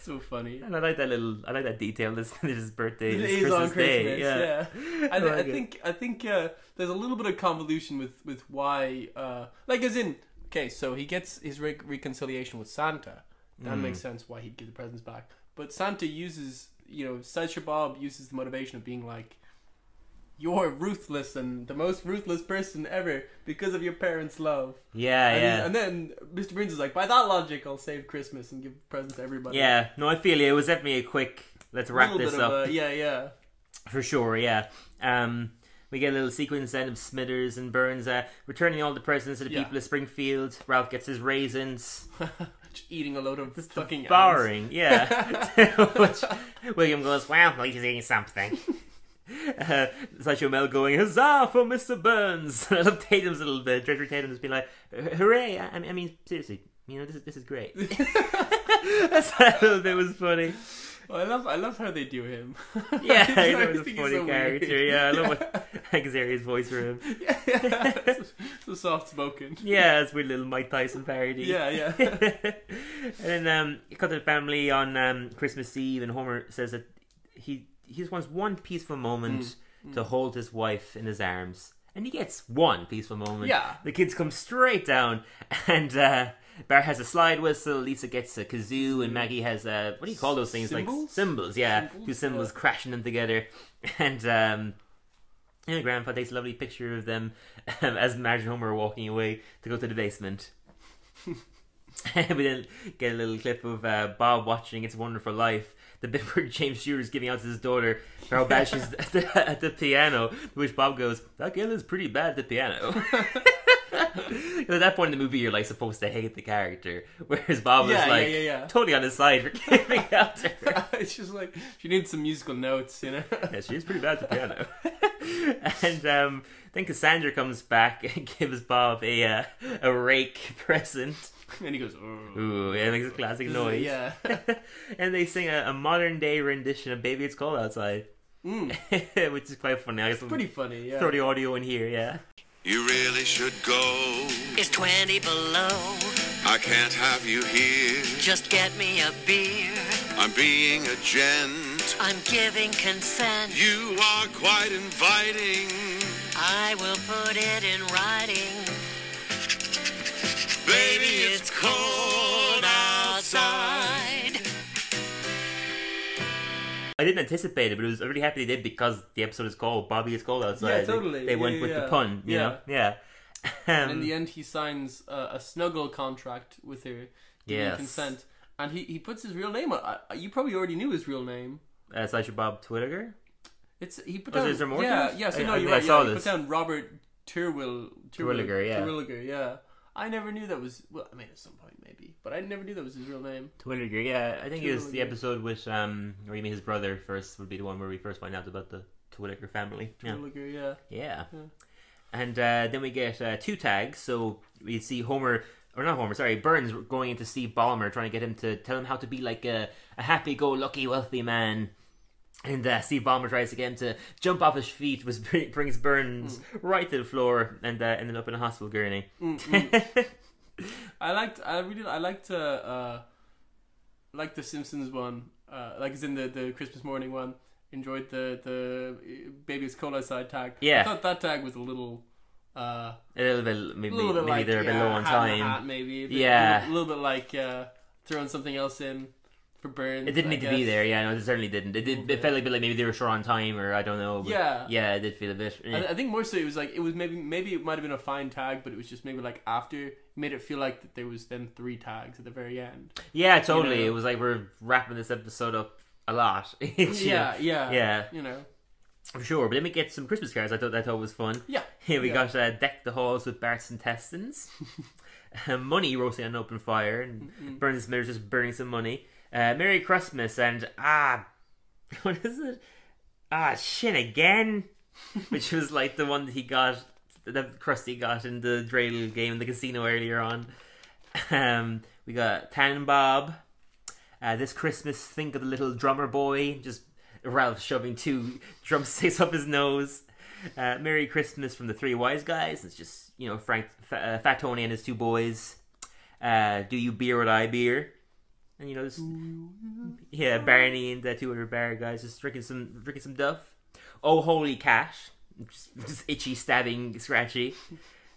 Speaker 2: So funny.
Speaker 1: And I like that little, I like that detail. That Smithers' birthday
Speaker 2: It
Speaker 1: is,
Speaker 2: is
Speaker 1: Christmas
Speaker 2: on
Speaker 1: Day.
Speaker 2: Christmas.
Speaker 1: yeah. Oh
Speaker 2: Yeah, I, th- I
Speaker 1: like it.
Speaker 2: think I think uh, there's a little bit of convolution with with why, uh, like, as in, okay, so he gets his re- reconciliation with Santa. That makes
Speaker 1: Mm.
Speaker 2: sense why he'd give the presents back. But Santa uses, you know, Sideshow Bob uses the motivation of being like, "You're ruthless and the most ruthless person ever because of your parents' love."
Speaker 1: yeah,
Speaker 2: And,
Speaker 1: yeah.
Speaker 2: and then Mr. Burns is like, "By that logic, I'll save Christmas and give presents to everybody."
Speaker 1: Yeah, no, I feel you. It was definitely a quick. Let's
Speaker 2: a
Speaker 1: wrap
Speaker 2: little
Speaker 1: this
Speaker 2: bit
Speaker 1: up
Speaker 2: of a yeah, yeah.
Speaker 1: for sure. Yeah, um, we get a little sequence then of Smithers and Burns uh, returning all the presents to the
Speaker 2: Yeah.
Speaker 1: people of Springfield. Ralph gets his raisins,
Speaker 2: Just eating a load of fucking ants.
Speaker 1: devouring. Yeah, which William goes, "Well, he's eating something." Uh, Sideshow Mel going, huzzah for Mr. Burns! I love Tatum's little bit. Treasure Tatum just being like, hooray! I, I mean, seriously, you know, this is, this is great. That's that little bit was funny.
Speaker 2: Oh, I love I love how they do him.
Speaker 1: Yeah,
Speaker 2: It's
Speaker 1: I
Speaker 2: like,
Speaker 1: know
Speaker 2: I
Speaker 1: it's a
Speaker 2: think it's
Speaker 1: funny
Speaker 2: so weird.
Speaker 1: character. Yeah, I love what Xeria's voice for him.
Speaker 2: so soft spoken.
Speaker 1: Yeah, it's weird little Mike Tyson parody.
Speaker 2: Yeah, yeah.
Speaker 1: and then um, it cut to the family on um, Christmas Eve, and Homer says that he he just wants one peaceful moment
Speaker 2: Mm.
Speaker 1: to hold his wife in his arms, and he gets one peaceful moment.
Speaker 2: Yeah.
Speaker 1: the kids come straight down, and. uh Bart has a slide whistle, Lisa gets a kazoo,
Speaker 2: Mm.
Speaker 1: and Maggie has a what do you call those things? Like
Speaker 2: Cymbals?
Speaker 1: cymbals, yeah,
Speaker 2: Cymbals?
Speaker 1: two cymbals
Speaker 2: Yeah.
Speaker 1: crashing them together, and um, and Grandpa takes a lovely picture of them um, as Marge and Homer are walking away to go to the basement. we then get a little clip of uh, Bob watching It's a Wonderful Life. The bit where James Shearer is giving out to his daughter for how bad she's at the, at the piano, to which Bob goes, "That girl is pretty bad at the piano." You know, at that point in the movie, you're like supposed to hate the character, whereas Bob
Speaker 2: Yeah,
Speaker 1: is
Speaker 2: yeah,
Speaker 1: like
Speaker 2: yeah, yeah.
Speaker 1: totally on his side for giving out to her.
Speaker 2: it's just like she needs some musical notes, you know.
Speaker 1: Yeah, she's pretty bad at the piano. and um, then Cassandra comes back and gives Bob a uh, a rake present.
Speaker 2: and he goes, "Oh."
Speaker 1: Ooh, yeah, it makes a classic noise.
Speaker 2: Yeah.
Speaker 1: and they sing a, a modern day rendition of "Baby It's Cold Outside," which is quite funny. I guess
Speaker 2: Mm. Pretty funny. Yeah.
Speaker 1: throw the audio in here. Yeah,
Speaker 3: You really should go.
Speaker 4: It's 20 below.
Speaker 3: I can't have you here.
Speaker 4: Just get me a beer.
Speaker 3: I'm being a gent.
Speaker 4: I'm giving consent.
Speaker 3: You are quite inviting.
Speaker 4: I will put it in writing.
Speaker 3: Baby, it's cold outside.
Speaker 1: I didn't anticipate it, but I was really happy they did because the episode is called "Bobby It's Cold Outside." They-
Speaker 2: totally.
Speaker 1: They,
Speaker 2: Yeah,
Speaker 1: went
Speaker 2: yeah,
Speaker 1: with the
Speaker 2: yeah.
Speaker 1: pun. You know, yeah. Um,
Speaker 2: In the end, he signs uh, a snuggle contract with her, giving
Speaker 1: Yes.
Speaker 2: consent, and he, he puts his real name on. I, you probably already knew his real name.
Speaker 1: uh, Sideshow Bob Twittiger.
Speaker 2: It's he put
Speaker 1: Oh,
Speaker 2: down.
Speaker 1: is there more to
Speaker 2: Yeah,
Speaker 1: it?
Speaker 2: yeah. So
Speaker 1: I-
Speaker 2: no,
Speaker 1: I
Speaker 2: you're
Speaker 1: think I
Speaker 2: right.
Speaker 1: saw
Speaker 2: Yeah, he
Speaker 1: this.
Speaker 2: put down Robert Terwill.
Speaker 1: Terwilliger, yeah.
Speaker 2: Terwilliger, yeah. I never knew that was. Well, I mean, at some point maybe, but I never knew that was his real name.
Speaker 1: Twittiger. Yeah, I think it was the
Speaker 2: Twittiger.
Speaker 1: episode with um, or you mean his brother first would be the one where we first find out about the Twittiger family. Yeah.
Speaker 2: Terwilliger, yeah.
Speaker 1: Yeah.
Speaker 2: Hmm.
Speaker 1: And uh, then we get uh, two tags. So we see Homer, or not Homer, sorry, Burns going in to see Balmer, trying to get him to tell him how to be like a, a happy go lucky wealthy man. And uh, Steve Ballmer tries to get him to jump off his feet, which br- brings Burns
Speaker 2: Hmm.
Speaker 1: right to the floor and uh, ended up in a hospital gurney.
Speaker 2: hmm. I liked. I really. I liked. Uh, uh like the Simpsons one. Uh, like it's in the the Christmas morning one. enjoyed the the uh, baby's cola side tag.
Speaker 1: Yeah.
Speaker 2: I thought that tag was a little, uh,
Speaker 1: A little bit,
Speaker 2: a
Speaker 1: maybe,
Speaker 2: little bit
Speaker 1: maybe
Speaker 2: like
Speaker 1: they're a bit
Speaker 2: yeah,
Speaker 1: low on
Speaker 2: hat in a
Speaker 1: time.
Speaker 2: hat maybe. A bit-
Speaker 1: Yeah.
Speaker 2: a little, little bit like uh, throwing something else in for Burns.
Speaker 1: It didn't
Speaker 2: I
Speaker 1: need to be
Speaker 2: guess.
Speaker 1: there, yeah. No, it certainly didn't. It, did, it felt like a bit like maybe they were short on time, or I don't know. But
Speaker 2: Hmm. Yeah.
Speaker 1: yeah, it did feel a bit. eh.
Speaker 2: I, I think more so it was like it was maybe maybe it might have been a fine tag, but it was just maybe like after made it feel like that there was then three tags at the very end.
Speaker 1: yeah, totally.
Speaker 2: know.
Speaker 1: It was like we're wrapping this episode up a lot. You know?
Speaker 2: Yeah, yeah,
Speaker 1: Yeah.
Speaker 2: You know,
Speaker 1: for sure. But then we get some Christmas cards. I thought that thought was fun.
Speaker 2: Yeah,
Speaker 1: Here we
Speaker 2: yeah.
Speaker 1: got uh, deck the halls with Bart's intestines, Uh, money roasting on open fire, and Burns Miller's just burning some money. Uh, Merry Christmas and ah, what is it? Ah, shit again, which was like the one that he got that Krusty got in the dreidel game in the casino earlier on. Um, we got Tan Bob. Uh, this Christmas, think of the little drummer boy. Just Ralph shoving two drumsticks up his nose. Uh, Merry Christmas from the Three Wise Guys. It's just, you know, Frank, Fa- uh, Fat Tony and his two boys. Uh, do you beer what I beer? And, you know, this, yeah, Barney and the two other bear guys just drinking some drinking some duff. Oh, holy cash. Just, just itchy, stabbing, scratchy.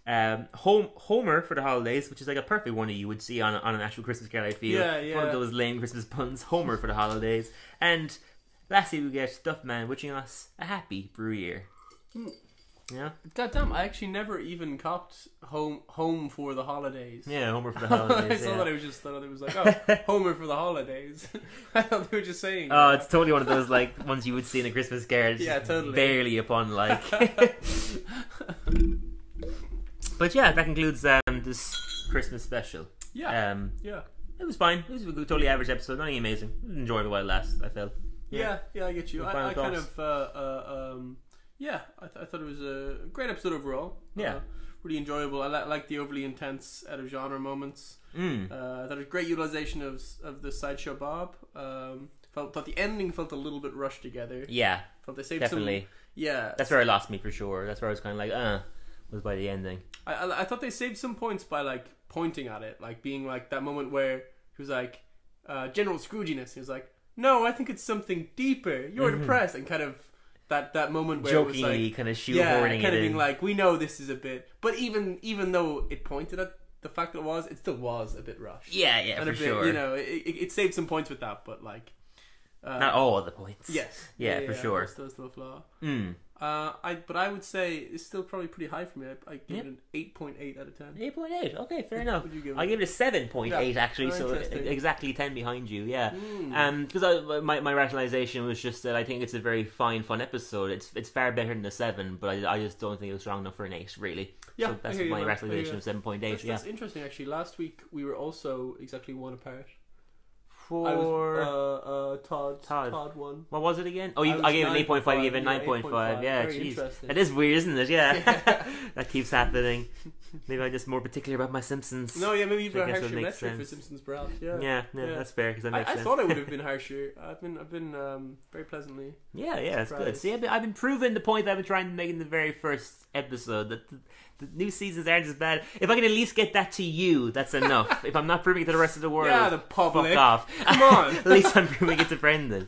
Speaker 1: Um, home, Homer for the holidays, which is like a perfect one that you would see on, on an actual Christmas card, I feel.
Speaker 2: Yeah,
Speaker 1: One of
Speaker 2: yeah.
Speaker 1: those those lame Christmas puns, Homer for the holidays, and lastly we get Duffman wishing us a happy brew year.
Speaker 2: Hmm.
Speaker 1: Yeah,
Speaker 2: goddamn, I actually never even copped home home for the holidays.
Speaker 1: yeah, Homer for the
Speaker 2: I
Speaker 1: holidays.
Speaker 2: saw
Speaker 1: yeah.
Speaker 2: that it was just thought it was like oh Homer for the holidays. I thought they were just saying
Speaker 1: Oh, it's totally one of those like ones you would see in a Christmas card. it's
Speaker 2: Yeah,
Speaker 1: just
Speaker 2: totally.
Speaker 1: Barely upon like. but yeah, that concludes um, this Christmas special.
Speaker 2: yeah,
Speaker 1: Um,
Speaker 2: yeah,
Speaker 1: it was fine. It was a good- totally average episode. Nothing amazing. It was enjoyable while it lasted. I felt.
Speaker 2: yeah, yeah, I get you.
Speaker 1: final
Speaker 2: I, I kind
Speaker 1: thoughts?
Speaker 2: of uh, uh, um, yeah, I, th- I thought it was a great episode overall.
Speaker 1: Yeah.
Speaker 2: Uh, really enjoyable. I li- like the overly intense out of genre moments.
Speaker 1: Mm.
Speaker 2: Uh, I thought it was great utilization of s- of the sideshow Bob. Um, felt thought the ending felt a little bit rushed together.
Speaker 1: Yeah,
Speaker 2: Felt they saved
Speaker 1: definitely.
Speaker 2: some. Yeah,
Speaker 1: That's where it lost me for sure. That's where I was kind of like, uh, was by the ending.
Speaker 2: I, I, I thought they saved some points by like pointing at it, like being like that moment where he was like uh, general Scrooginess. He was like, "No, I think it's something deeper. You're depressed," and kind of that that moment where it was
Speaker 1: Mm-hmm. jokingly
Speaker 2: like,
Speaker 1: kind of shoehorning
Speaker 2: yeah,
Speaker 1: it
Speaker 2: kind of
Speaker 1: in.
Speaker 2: being like, "We know this is a bit," but even even though it pointed at the fact that it was, it still was a bit rushed.
Speaker 1: yeah, yeah,
Speaker 2: and
Speaker 1: for
Speaker 2: a bit,
Speaker 1: sure.
Speaker 2: you know, it, it, it saved some points with that, but like,
Speaker 1: Not all of the points.
Speaker 2: yes,
Speaker 1: Yeah, for sure.
Speaker 2: That's, that's the flaw.
Speaker 1: Mm.
Speaker 2: Uh, I but I would say it's still probably pretty high for me. I, I give it an eight point eight out of ten.
Speaker 1: 8.8. Okay, fair enough.
Speaker 2: would you give
Speaker 1: I
Speaker 2: it?
Speaker 1: give it a 7.8
Speaker 2: Yeah.
Speaker 1: actually,
Speaker 2: Oh,
Speaker 1: so
Speaker 2: interesting. Hmm.
Speaker 1: exactly 10 behind you. Yeah. Um because I my my rationalization was just that I think it's a very fine fun episode. It's it's far better than a 7, but I, I just don't think it was strong enough for an 8 really.
Speaker 2: Yeah,
Speaker 1: so
Speaker 2: I
Speaker 1: that's
Speaker 2: hear you,
Speaker 1: my
Speaker 2: man. I hear
Speaker 1: rationalization
Speaker 2: you.
Speaker 1: of 7.8.
Speaker 2: That's,
Speaker 1: yeah.
Speaker 2: that's interesting, actually. Last week we were also exactly one apart. I
Speaker 1: For
Speaker 2: was uh, uh, Todd.
Speaker 1: Todd.
Speaker 2: Todd. won.
Speaker 1: what was it again? Oh, you,
Speaker 2: I
Speaker 1: I,
Speaker 2: was
Speaker 1: gave it an 8.5, you gave it
Speaker 2: 9.5, yeah,
Speaker 1: 9.5. Yeah,
Speaker 2: 8.5. Very
Speaker 1: jeez.
Speaker 2: interesting.
Speaker 1: That is weird, isn't it? Yeah. that keeps happening. Maybe I'm just more particular about my Simpsons.
Speaker 2: No, yeah, maybe you've
Speaker 1: I
Speaker 2: been
Speaker 1: guess
Speaker 2: harsher
Speaker 1: that makes
Speaker 2: metric for
Speaker 1: sense.
Speaker 2: Simpsons Browse. Yeah.
Speaker 1: Yeah, yeah,
Speaker 2: Yeah.
Speaker 1: that's fair because that
Speaker 2: I,
Speaker 1: makes
Speaker 2: I
Speaker 1: sense.
Speaker 2: thought I would have been harsher. I've been, I've been um, very pleasantly.
Speaker 1: yeah, yeah, it's good.
Speaker 2: surprised.
Speaker 1: See, I've been, I've been proving the point that I've been trying to make in the very first episode that the, the new seasons aren't as bad. If I can at least get that to you, that's enough. if I'm not proving it to the rest of the world,
Speaker 2: Yeah, the public.
Speaker 1: fuck off.
Speaker 2: Come on.
Speaker 1: at least I'm proving it to Brendan.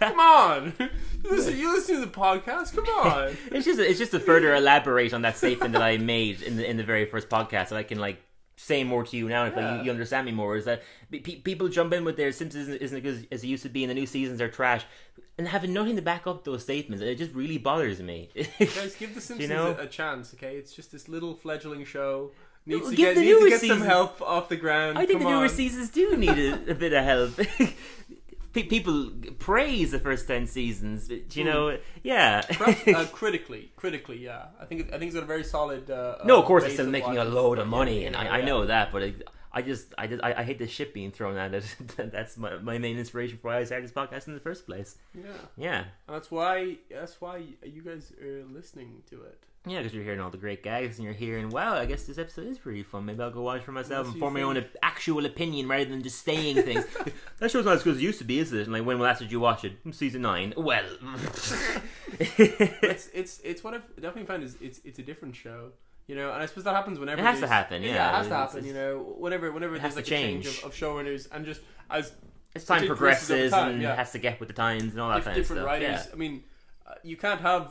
Speaker 2: Come on, you listen, you listen to the podcast. Come on.
Speaker 1: It's just it's just to further elaborate on that statement that I made in the in the very first podcast that I can like say more to you now if like,
Speaker 2: Yeah.
Speaker 1: you, you understand me more is that pe- pe- people jump in with their Simpsons isn't, isn't as, as it used to be and the new seasons are trash and having nothing to back up those statements it just really bothers me.
Speaker 2: Guys, give the Simpsons
Speaker 1: know?
Speaker 2: a, a chance, okay? It's just this little fledgling show. Needs
Speaker 1: No,
Speaker 2: to
Speaker 1: give
Speaker 2: get,
Speaker 1: the
Speaker 2: needs
Speaker 1: newer
Speaker 2: to get some
Speaker 1: season-
Speaker 2: help off the ground.
Speaker 1: I think
Speaker 2: Come
Speaker 1: the newer
Speaker 2: on.
Speaker 1: seasons do need a, a bit of help. Pe- People praise the first ten seasons, but, you know, yeah.
Speaker 2: Perhaps, uh, critically, critically, yeah. I think it, I think it's got a very solid. Uh,
Speaker 1: No,
Speaker 2: uh,
Speaker 1: of course it's
Speaker 2: base
Speaker 1: still making a
Speaker 2: watchers.
Speaker 1: load of
Speaker 2: Yeah,
Speaker 1: money,
Speaker 2: yeah,
Speaker 1: and
Speaker 2: yeah,
Speaker 1: I, I
Speaker 2: yeah.
Speaker 1: know that, but it, I just, I just, I, I hate the shit being thrown at it. that's my, my main inspiration for why I started this podcast in the first place.
Speaker 2: Yeah, and
Speaker 1: Yeah,
Speaker 2: that's why that's why you guys are listening to it.
Speaker 1: yeah, because you're hearing all the great gags, and you're hearing, wow, I guess this episode is pretty fun. Maybe I'll go watch for myself
Speaker 2: Unless
Speaker 1: and
Speaker 2: you
Speaker 1: form my own
Speaker 2: think-
Speaker 1: op- actual opinion rather than just saying things. that show's not as good as it used to be, is it? And like, when last did you watch it? "Hmm, Season nine. Well, it
Speaker 2: It's it's it's what I've definitely found is it's it's a different show, you know. And I suppose that happens whenever
Speaker 1: has to
Speaker 2: there's-
Speaker 1: happen, yeah.
Speaker 2: it has to
Speaker 1: It's-
Speaker 2: happen, you know. Whenever whenever
Speaker 1: has
Speaker 2: there's like
Speaker 1: to
Speaker 2: a change
Speaker 1: change.
Speaker 2: of, of showrunners and just as
Speaker 1: as time
Speaker 2: increases
Speaker 1: progresses
Speaker 2: over time,
Speaker 1: and
Speaker 2: yeah.
Speaker 1: has to get with the times and all that
Speaker 2: Dif-
Speaker 1: kind
Speaker 2: different
Speaker 1: of stuff.
Speaker 2: writers.
Speaker 1: Yeah.
Speaker 2: I mean, uh, you can't have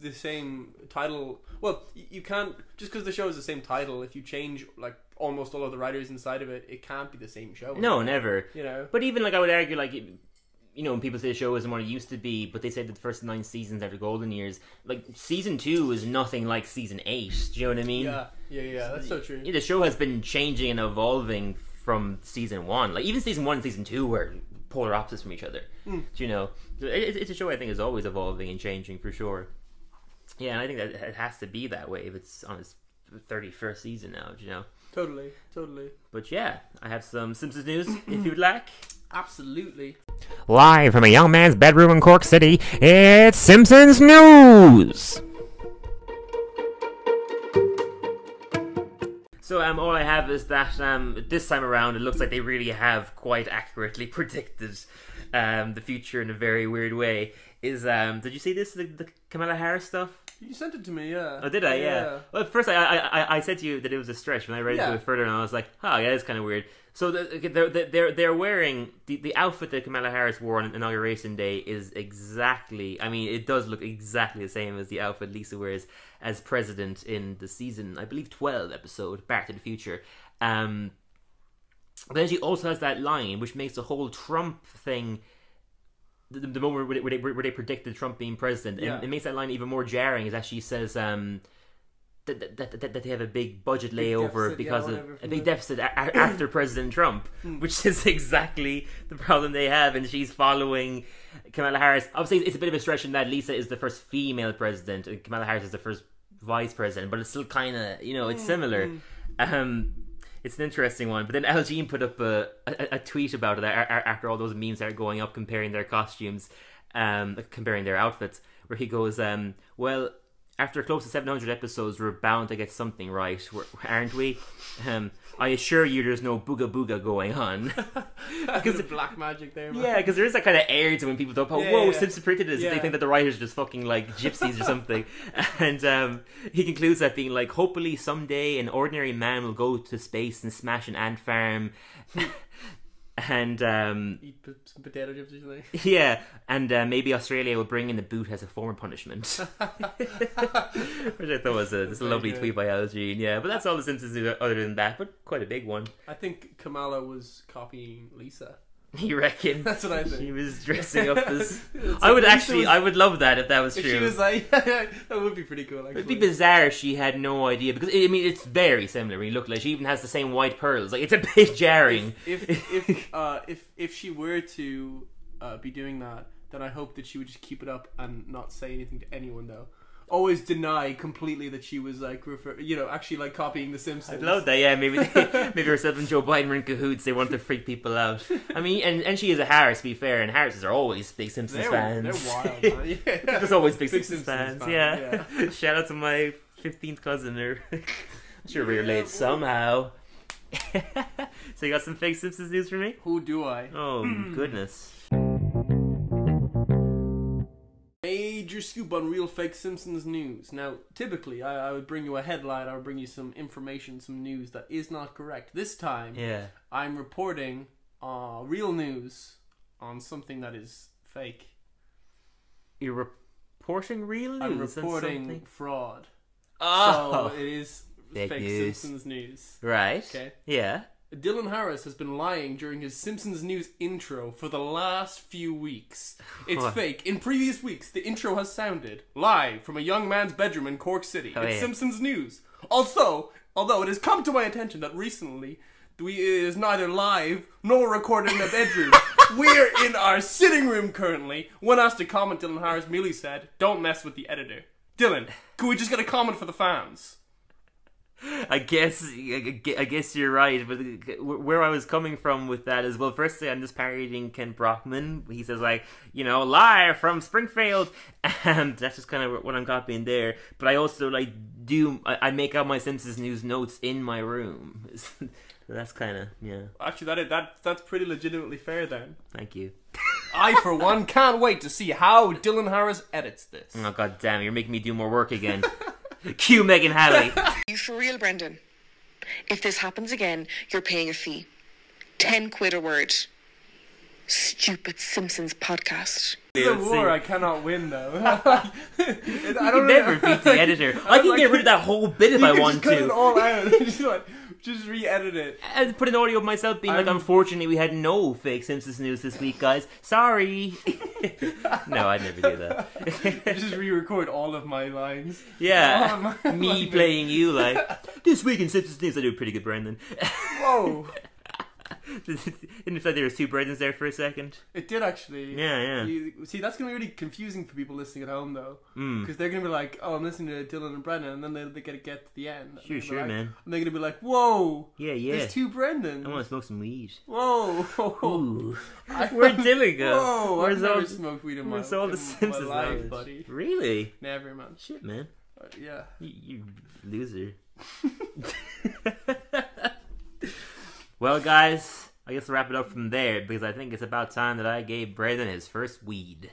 Speaker 2: the same title. Well, y- you can't just because the show is the same title. If you change like almost all of the writers inside of it, it can't be the same show.
Speaker 1: No, never.
Speaker 2: you know.
Speaker 1: But even like I would argue, like it- you know, when people say the show isn't what it used to be, but they say that the first nine seasons after Golden Years, like season two is nothing like season eight. Do you know what I mean?
Speaker 2: yeah, yeah, yeah. That's so true.
Speaker 1: Yeah, the show has been changing and evolving from season one. Like even season one and season two were polar opposites from each other. Do you know? So it- It's it's a show I think is always evolving and changing for sure. Yeah, and I think that it has to be that way if it's on its thirty first season now. Do you know?
Speaker 2: Totally, totally,
Speaker 1: But yeah, I have some Simpsons news if you'd like.
Speaker 2: absolutely.
Speaker 1: Live from a young man's bedroom in Cork City, it's Simpsons News! So, um, all I have is that um, this time around, it looks like they really have quite accurately predicted um, the future in a very weird way. Is um, did you see this the, the Kamala Harris stuff?
Speaker 2: You sent it to me, yeah.
Speaker 1: Oh, did I? Yeah. Well, at first, I, I I I said to you that it was a stretch. When I read it
Speaker 2: Yeah.
Speaker 1: a bit further, and I was like, "Oh, yeah, that's kind of weird." So the- okay, they're they're- they're they're wearing the, the outfit that Kamala Harris wore on inauguration day is exactly. I mean, it does look exactly the same as the outfit Lisa wears as president in the season, I believe, twelve episode Back to the Future. Um, but then she also has that line, which makes the whole Trump thing the, the moment where they, where, they, where they predicted Trump being president,
Speaker 2: Yeah.
Speaker 1: and it makes that line even more jarring. Is that she says um, that, that, that, that they have a big budget layover
Speaker 2: deficit, yeah,
Speaker 1: because
Speaker 2: whatever
Speaker 1: of a
Speaker 2: from
Speaker 1: big
Speaker 2: the- Mm.
Speaker 1: deficit a- a- after President Trump, which is exactly the problem they have, and she's following Kamala Harris. Obviously, it's a bit of a stretch in that Lisa is the first female president, and Kamala Harris is the first vice president, but it's still kind of you know it's
Speaker 2: Mm,
Speaker 1: similar. Um, it's an interesting one. But then Al Jean put up a, a, a tweet about it a- a- after all those memes are going up comparing their costumes, um, comparing their outfits, where he goes, um, well, after close to 700 episodes, we're bound to get something right, we're- aren't we? Um, I assure you there's no booga booga going on.
Speaker 2: Because of black magic there. Man.
Speaker 1: Yeah, because there is that kind of air to when people talk about,
Speaker 2: Yeah,
Speaker 1: whoa,
Speaker 2: yeah, yeah.
Speaker 1: Simpson printed this. They
Speaker 2: Yeah.
Speaker 1: think that the writers are just fucking like gypsies or something. And um, he concludes that being like, hopefully someday an ordinary man will go to space and smash an ant farm. and um,
Speaker 2: Eat p- some potato chips or something.
Speaker 1: yeah, and uh, maybe Australia will bring in the boot as a form of punishment. Which I thought was a, this lovely
Speaker 2: good.
Speaker 1: tweet by Algene, yeah. But that's all the Simpsons do other than that, but quite a big one.
Speaker 2: I think Kamala was copying Lisa.
Speaker 1: You reckon?
Speaker 2: That's what I
Speaker 1: She
Speaker 2: think.
Speaker 1: was dressing up as.
Speaker 2: It's
Speaker 1: I would
Speaker 2: like Lisa
Speaker 1: actually,
Speaker 2: was-
Speaker 1: I would love that if that was
Speaker 2: If
Speaker 1: true.
Speaker 2: she was like, that would be pretty cool. Actually.
Speaker 1: It'd be bizarre if she had no idea because I mean it's very similar. When you look like she even has the same white pearls. Like it's a bit jarring.
Speaker 2: if if uh, if if she were to uh, be doing that, then I hope that she would just keep it up and not say anything to anyone. Though, always deny completely that she was like refer- you know actually like copying The Simpsons.
Speaker 1: I'd love that. Yeah, maybe they, maybe herself and Joe Biden were in cahoots. They want to freak people out. I mean, and, and she is a Harris. To be fair, and Harrises are always big Simpsons
Speaker 2: They're,
Speaker 1: fans.
Speaker 2: they're wild. Man. Yeah.
Speaker 1: There's always big,
Speaker 2: Big
Speaker 1: Simpsons, fans.
Speaker 2: Simpsons fan,
Speaker 1: yeah. Shout out to my fifteenth cousin. Or I'm sure we relate
Speaker 2: boy.
Speaker 1: somehow. so you got some fake Simpsons news for me?
Speaker 2: Who do I?
Speaker 1: Oh goodness.
Speaker 2: Major scoop on real fake Simpsons news. Now, typically, I, I would bring you a headline. I would bring you some information, some news that is not correct. This time,
Speaker 1: Yeah.
Speaker 2: I'm reporting uh, real news on something that is fake.
Speaker 1: You're reporting real news.
Speaker 2: I'm
Speaker 1: on
Speaker 2: reporting
Speaker 1: something?
Speaker 2: fraud.
Speaker 1: Oh,
Speaker 2: So it is
Speaker 1: Fake
Speaker 2: fake,
Speaker 1: news.
Speaker 2: Simpsons news.
Speaker 1: right.
Speaker 2: Okay.
Speaker 1: Yeah.
Speaker 2: Dylan Harris has been lying during his Simpsons news intro for the last few weeks. It's
Speaker 1: What?
Speaker 2: fake. In previous weeks, the intro has sounded live from a young man's bedroom in Cork City.
Speaker 1: Oh,
Speaker 2: it's
Speaker 1: yeah.
Speaker 2: Simpsons news. Also, although it has come to my attention that recently we it is neither live nor recorded in a bedroom. We're in our sitting room currently. When asked to comment, Dylan Harris merely said, "Don't mess with the editor." Dylan, could we just get a comment for the fans?
Speaker 1: I guess I gue- I guess you're right, but uh, where I was coming from with that is well, firstly, I'm just parodying Ken Brockman. He says like, you know, live from Springfield, and that's just kind of what I'm copying there. But I also like do I, I make out my Simpsons news notes in my room. So that's kind of yeah.
Speaker 2: Actually, that that that's pretty legitimately fair then.
Speaker 1: Thank you.
Speaker 2: I, for one, can't wait to see how Dylan Harris edits this.
Speaker 1: Oh god damn, you're making me do more work again. Cue Megan Halley.
Speaker 8: You for real, Brendan? If this happens again, you're paying a fee. Ten quid a word. Stupid Simpsons podcast.
Speaker 2: This is a war I cannot win, though. It- I don't
Speaker 1: Never
Speaker 2: know-
Speaker 1: beat the editor. I can
Speaker 2: like-
Speaker 1: get rid of that whole bit if I
Speaker 2: You can
Speaker 1: want
Speaker 2: just cut it
Speaker 1: to.
Speaker 2: all out. just, like, just re-edit it.
Speaker 1: And put an audio of myself being like,
Speaker 2: I'm-
Speaker 1: unfortunately, we had no fake Simpsons news this week, guys. Sorry. no, I'd never do that.
Speaker 2: Just re-record all of my lines.
Speaker 1: yeah,
Speaker 2: Oh, my-
Speaker 1: me
Speaker 2: my-
Speaker 1: playing you like this week in Simpsons news. I do a pretty good, Brandon.
Speaker 2: Whow!
Speaker 1: Didn't it feel like there was two Brandons there for a second.
Speaker 2: It did actually.
Speaker 1: Yeah, yeah.
Speaker 2: You, see, that's gonna be really confusing for people listening at home though,
Speaker 1: Mm.
Speaker 2: because they're gonna be like, "Oh, I'm listening to Dylan and Brennan," and then they they gotta get to the end. and
Speaker 1: Sure,
Speaker 2: they're
Speaker 1: sure,
Speaker 2: like-
Speaker 1: man.
Speaker 2: And they're gonna be like, "Whoa,
Speaker 1: Yeah, yeah.
Speaker 2: there's two Brendans."
Speaker 1: I want to smoke some weed.
Speaker 2: Whoa,
Speaker 1: Ooh, where Dylan go?
Speaker 2: Whoa,
Speaker 1: Where's
Speaker 2: I've never
Speaker 1: all-
Speaker 2: smoked weed in my,
Speaker 1: where's all
Speaker 2: in
Speaker 1: the Simpsons
Speaker 2: my life,
Speaker 1: knowledge?
Speaker 2: buddy.
Speaker 1: Really?
Speaker 2: Never, man.
Speaker 1: Shit, man.
Speaker 2: Uh, Yeah.
Speaker 1: You, you loser. well, guys, I guess we'll wrap it up from there because I think it's about time that I gave Brandon his first weed.